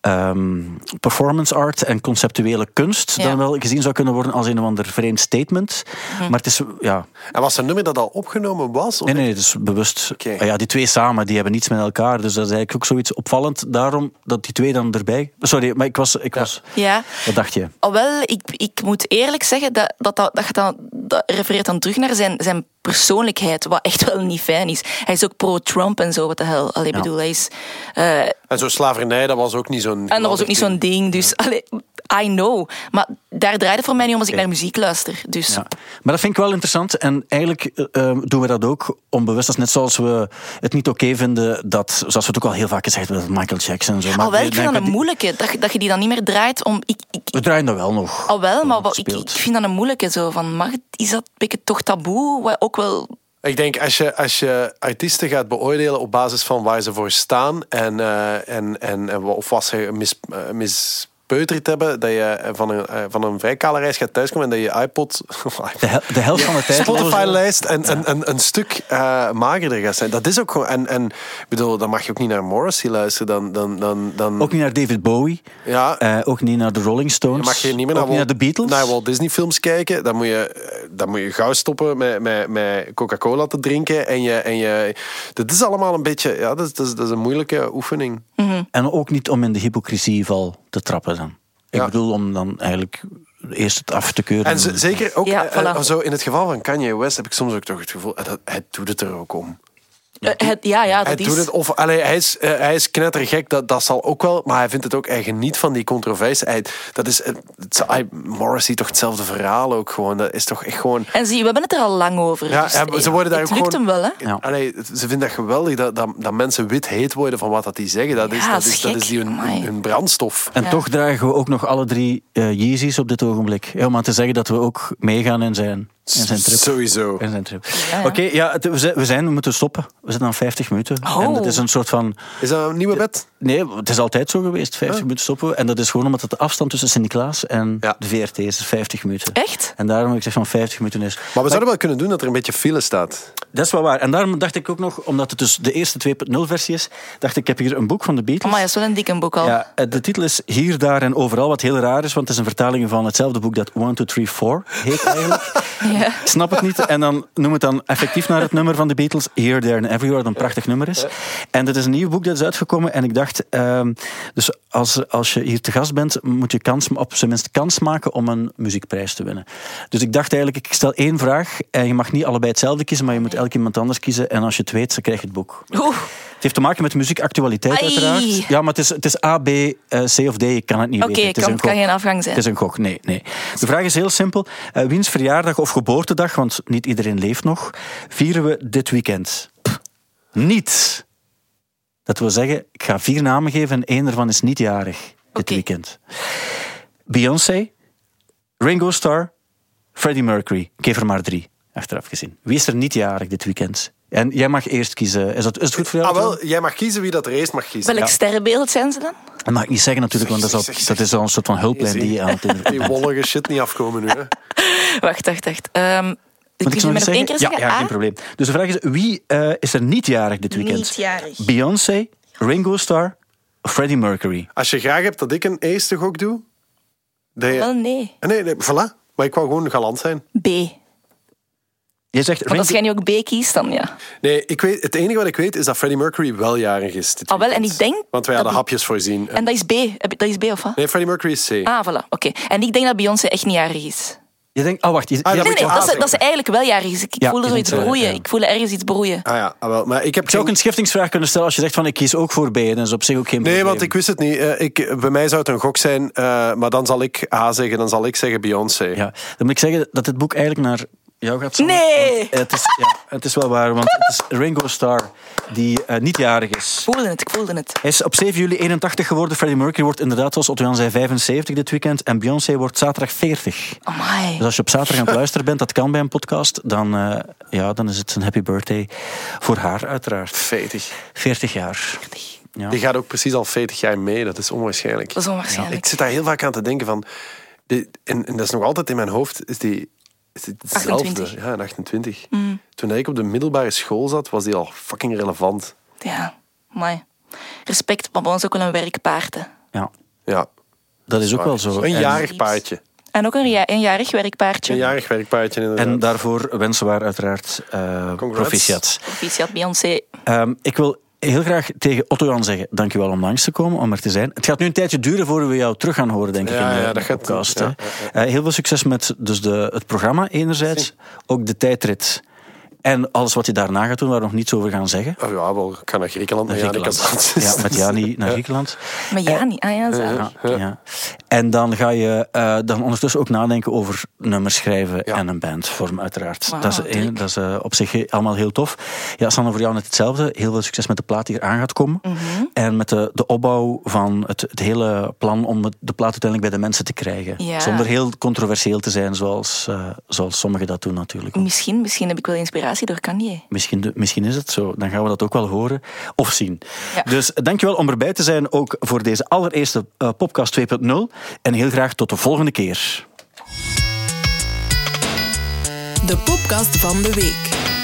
C: ehm, performance art en conceptuele kunst
D: Ja.
C: dan wel gezien zou kunnen worden als een of ander vreemd statement.
D: Mhm.
C: Maar het is, ja,
E: En was een nummer dat al opgenomen was? Of
C: nee, nee, het is bewust.
E: Oké.
C: Ah Ja, die twee samen, die hebben niets met elkaar. Dus dat is eigenlijk ook zoiets opvallend. Daarom dat die twee dan erbij... Sorry, maar ik was... Ik was
D: Ja.
C: wat dacht je?
D: Oh, wel, ik, ik moet eerlijk zeggen dat dat, dat, dat, je dan- dat refereert dan terug naar zijn, zijn persoonlijkheid, wat echt wel niet fijn is. Hij is ook pro-Trump en zo, wat de hel. Allee,
C: Ja.
D: bedoel, hij is, eh,
E: En zo slavernij, dat was ook niet zo'n...
D: en dat was ook niet zo'n ding, dus allee, I know. Maar daar draait het voor mij niet om als ik
C: Oké.
D: naar muziek luister. Dus
C: Ja. Maar dat vind ik wel interessant. En eigenlijk eh, eh, doen we dat ook onbewust. Dat is net zoals we het niet oké vinden dat, zoals we het ook al heel vaak gezegd hebben, dat Michael Jackson en zo. Maar
D: al wel,
C: we
D: ik vind dat
C: denken
D: een
C: die-
D: moeilijke, dat, je- dat je die dan niet meer draait om... Ik, ik,
C: We draaien dat wel nog.
D: al wel, maar wat, ik,
C: speelt.
D: ik vind dat een moeilijke zo, van mag, is dat een beetje toch taboe? Wat ook wel...
E: Ik denk, als je, als je artiesten gaat beoordelen op basis van waar ze voor staan en, eh, en, en, en wa- of wat ze mis, eh, mispeuterd hebben, dat je eh, van een, eh, van een vrij kale reis gaat thuiskomen en dat je iPod...
C: De, hel- de helft van de tijd...
E: Spotify-lijst en, en, en een stuk eh, magerder gaat zijn. Dat is ook gewoon... En, en ik bedoel, dan mag je ook niet naar Morrissey luisteren. Dan, dan, dan, dan,
C: Ook niet naar David Bowie.
E: Ja.
C: Eh, ook niet naar de Rolling Stones.
E: Je mag je niet
C: ook
E: meer naar,
C: niet naar de Beatles.
E: naar Walt Disney films kijken. Dan moet je, eh, dan moet je gauw stoppen met, met, met Coca-Cola te drinken. En je, en je, dat is allemaal een beetje... Ja, dat, is- dat, is, dat is een moeilijke oefening.
C: En ook niet om in de hypocrisieval te trappen dan. Ik
E: Ja.
C: bedoel, om dan eigenlijk eerst het af te keuren.
E: En ze- zeker ook
D: Ja,
E: eh, eh,
D: voilà.
E: zo in het geval van Kanye West heb ik soms ook toch het gevoel... eh, dat, hij doet het er ook om.
D: Eh, het- ja, ja, dat
E: Hij
D: is.
E: doet het, of, allee, hij, is, eh, hij is knettergek, dat, dat zal ook wel. Maar hij vindt het ook, hij geniet van die controversie. Hij, dat is, eh, het, hij- Morrissey toch hetzelfde verhaal ook gewoon. Dat is toch echt gewoon...
D: En zie, we hebben het er al lang over.
E: Ja,
D: dus,
E: hij-
D: eh,
E: ze worden daar
D: het
E: ook
D: lukt
E: gewoon...
D: hem wel, hè?
C: Ja.
E: Allee, het- ze vinden dat geweldig dat, dat, dat mensen wit heet worden van wat dat die zeggen. Dat is,
D: Ja,
E: dat is, dat
D: schik.
E: is die hun, hun,
D: Amai.
E: hun brandstof.
C: En toch dragen we ook nog alle drie eh Yeezys op dit ogenblik. Ja, om aan te zeggen dat we ook meegaan in zijn, in zijn trip.
E: Sowieso.
C: In zijn trip.
D: Ja, ja.
C: Oké, ja, het- we zijn- we zijn, we moeten stoppen. We zitten aan 50 minuten.
D: Oh.
C: En dat is een soort van.
E: Is dat een nieuwe bed?
C: Nee, het is altijd zo geweest. 50 minuten stoppen. we. En dat is gewoon omdat het de afstand tussen Sint-Niklaas en
E: Ja.
C: de VRT is 50 minuten.
D: Echt?
C: En daarom heb ik gezegd van 50 minuten is.
E: Maar we zouden wel kunnen doen dat er een beetje file staat.
C: Dat is wel waar. En daarom dacht ik ook nog, omdat het dus de eerste 2.0 versie is, dacht ik, ik heb hier een boek van de Beatles.
D: Maar dat is wel een dikke boek al.
C: Ja, eh, de titel is Hier, Daar en Overal, wat heel raar is, want het is een vertaling van hetzelfde boek dat 1, 2, 3, 4 heet eigenlijk. Snap het niet. En dan noem het dan effectief naar het nummer van de Beatles, Here, There and Everywhere, dat een prachtig nummer is. En dat is een nieuw boek dat is uitgekomen en ik dacht, ehm, dus als, als je hier te gast bent, moet je kans, op zijn minst kans maken om een muziekprijs te winnen. Dus ik dacht eigenlijk, ik stel één vraag en je mag niet allebei hetzelfde kiezen, maar je moet elk iemand anders kiezen en als je het weet, dan krijg je het boek.
D: Oeh,
C: Het heeft te maken met muziekactualiteit,
D: Ai.
C: uiteraard. Ja, maar het is, het is A, B, eh, C of D. Ik kan het niet
D: Oké,
C: weten. Het is
D: kan-
C: een
D: kan
C: gok.
D: geen afgang zijn.
C: Het is een gok, nee. nee. De vraag is heel simpel. Eh, wiens verjaardag of geboortedag, want niet iedereen leeft nog, vieren we dit weekend? Pff, niet. Dat wil zeggen, ik ga vier namen geven en één ervan is niet jarig dit
D: Oké.
C: weekend. Beyoncé, Ringo Starr, Freddie Mercury. Ik geef er maar drie, achteraf gezien. Wie is er niet jarig dit weekend? En jij mag eerst kiezen. Is, dat, is het goed voor jou?
E: Ah,
C: Tom?
E: wel, jij mag kiezen wie dat er eerst mag kiezen.
D: welk sterrenbeeld zijn ze dan?
C: Dat mag ik niet zeggen natuurlijk, want dat is al, dat is al een soort van hulplijn die je aan het
E: Ja. Die
C: interviewen bent.
E: wollige shit niet afkomen nu. Hè.
D: Wacht, wacht, wacht. Ehm
C: Moet
D: kun
C: ik
D: je
C: zo
D: me
C: nog
D: nog één keer
C: zeggen? Ja,
D: zeggen?
C: ja, geen
D: Ah,
C: probleem. Dus de vraag is, wie eh, is er niet jarig dit weekend?
K: Niet-jarig.
C: Beyoncé, Ringo Starr, Freddie Mercury.
E: Als je graag hebt dat ik een eerste gok doe... dat je-
D: Wel, nee.
E: Nee, nee, voilà. Maar ik wou gewoon galant zijn.
D: B.
C: Jij zegt
D: Want
C: Ringo...
D: als jij nu ook B kiest, dan ja.
E: Nee, ik weet, het enige wat ik weet is dat Freddie Mercury wel jarig is. Dit
D: Ah, wel, en
E: weekend.
D: ik denk
E: Want wij hadden
D: dat die-
E: hapjes voorzien.
D: En dat is B. Heb je- Dat is B of wat?
E: Nee, Freddie Mercury is C.
D: Ah, voilà. Oké. En ik denk dat Beyoncé echt niet jarig is.
C: Je denkt, oh wacht. Je,
E: Ah,
C: je-
E: dat
D: Nee,
E: moet
D: nee,
E: je
D: dat ze,
E: aanzetten.
D: dat ze eigenlijk wel jarig is. Ik
C: Ja,
D: voel er
C: je
D: zoiets
C: denkt, eh,
D: broeien.
C: ja.
D: Ik voel er ergens iets broeien.
E: Ah ja, ah, wel. maar ik heb
C: Ik zou ook
E: geen-
C: een schiftingsvraag kunnen stellen als je zegt van ik kies ook voor B. Dat is op zich ook geen
E: Nee,
C: probleem.
E: want ik wist het niet. Eh, ik, bij mij zou het een gok zijn, eh, maar dan zal ik A zeggen, dan zal ik zeggen Beyoncé.
C: Ja, dan moet ik zeggen dat dit boek eigenlijk naar jou gaat. Sander.
D: Nee!
C: Want Het is, ja, het is wel waar, want het is Ringo Starr die eh, niet jarig is.
D: Ik voelde het, ik voelde het.
C: Hij is op 7 juli 81 geworden. Freddie Mercury wordt inderdaad, zoals Otto Jan zei, 75 dit weekend. En Beyoncé wordt zaterdag 40.
D: Amai.
C: Dus als je op zaterdag aan het luisteren bent, dat kan bij een podcast, dan, eh, ja, dan is het een happy birthday voor haar uiteraard.
E: 40.
C: 40 jaar. Ja.
E: Die gaat ook precies al 40 jaar mee, dat is onwaarschijnlijk.
D: Dat is onwaarschijnlijk.
E: Ik zit daar heel vaak aan te denken van... die- en, en dat is nog altijd in mijn hoofd, is die... Is die hetzelfde.
D: 28.
E: Ja, een 28.
D: Mm.
E: Toen ik op de middelbare school zat, was die al fucking relevant.
D: Ja, amai. Respect, maar bij ons ook wel een werkpaard. hè.
C: ja,
E: Ja.
C: dat is ook wel zo.
E: Een
C: En-
E: jarig paardje.
D: En ook een, ja, een jarig werkpaardje.
E: Een jarig werkpaardje inderdaad.
C: En daarvoor wensen we haar uiteraard eh proficiat.
D: Proficiat Beyoncé.
C: Ehm, ik wil heel graag tegen Otto-Jan zeggen, dankjewel om langs te komen, om er te zijn. Het gaat nu een tijdje duren voor we jou terug gaan horen, denk ik,
E: Ja,
C: in de
E: ja, dat gaat-
C: podcast.
E: ja,
C: hè. Eh, heel veel succes met dus de, het programma enerzijds, ook de tijdrit en alles wat je daarna gaat doen, waar we nog niets over gaan zeggen.
E: Oh ja, wel, ik ga naar Griekenland.
C: Naar
E: maar ja,
C: Griekenland.
E: ik had dat- Eh,
C: Ja, met Jani naar Griekenland.
D: Maar ja, niet. Ah ja, zalig.
C: Ja. Ja. En dan ga je eh, dan ondertussen ook nadenken over nummers schrijven
E: Ja.
C: en een band vormen, uiteraard.
D: Wauw,
C: dat is, eh,
D: dik.
C: dat is eh, op zich he- allemaal heel tof. Ja, Sanne, voor jou net hetzelfde. Heel veel succes met de plaat die eraan gaat komen.
D: Mhm.
C: En met de, de opbouw van het, het hele plan om het- de plaat uiteindelijk bij de mensen te krijgen.
D: Ja.
C: Zonder heel controversieel te zijn, zoals, eh, zoals sommigen dat doen natuurlijk.
D: Misschien, misschien heb ik wel inspiratie door Kanye.
C: Misschien, de- misschien is het zo. Dan gaan we dat ook wel horen of zien.
D: Ja.
C: Dus dankjewel om erbij te zijn, ook voor deze allereerste eh, Popcast 2.0. En heel graag tot de volgende keer.
A: De podcast van de week.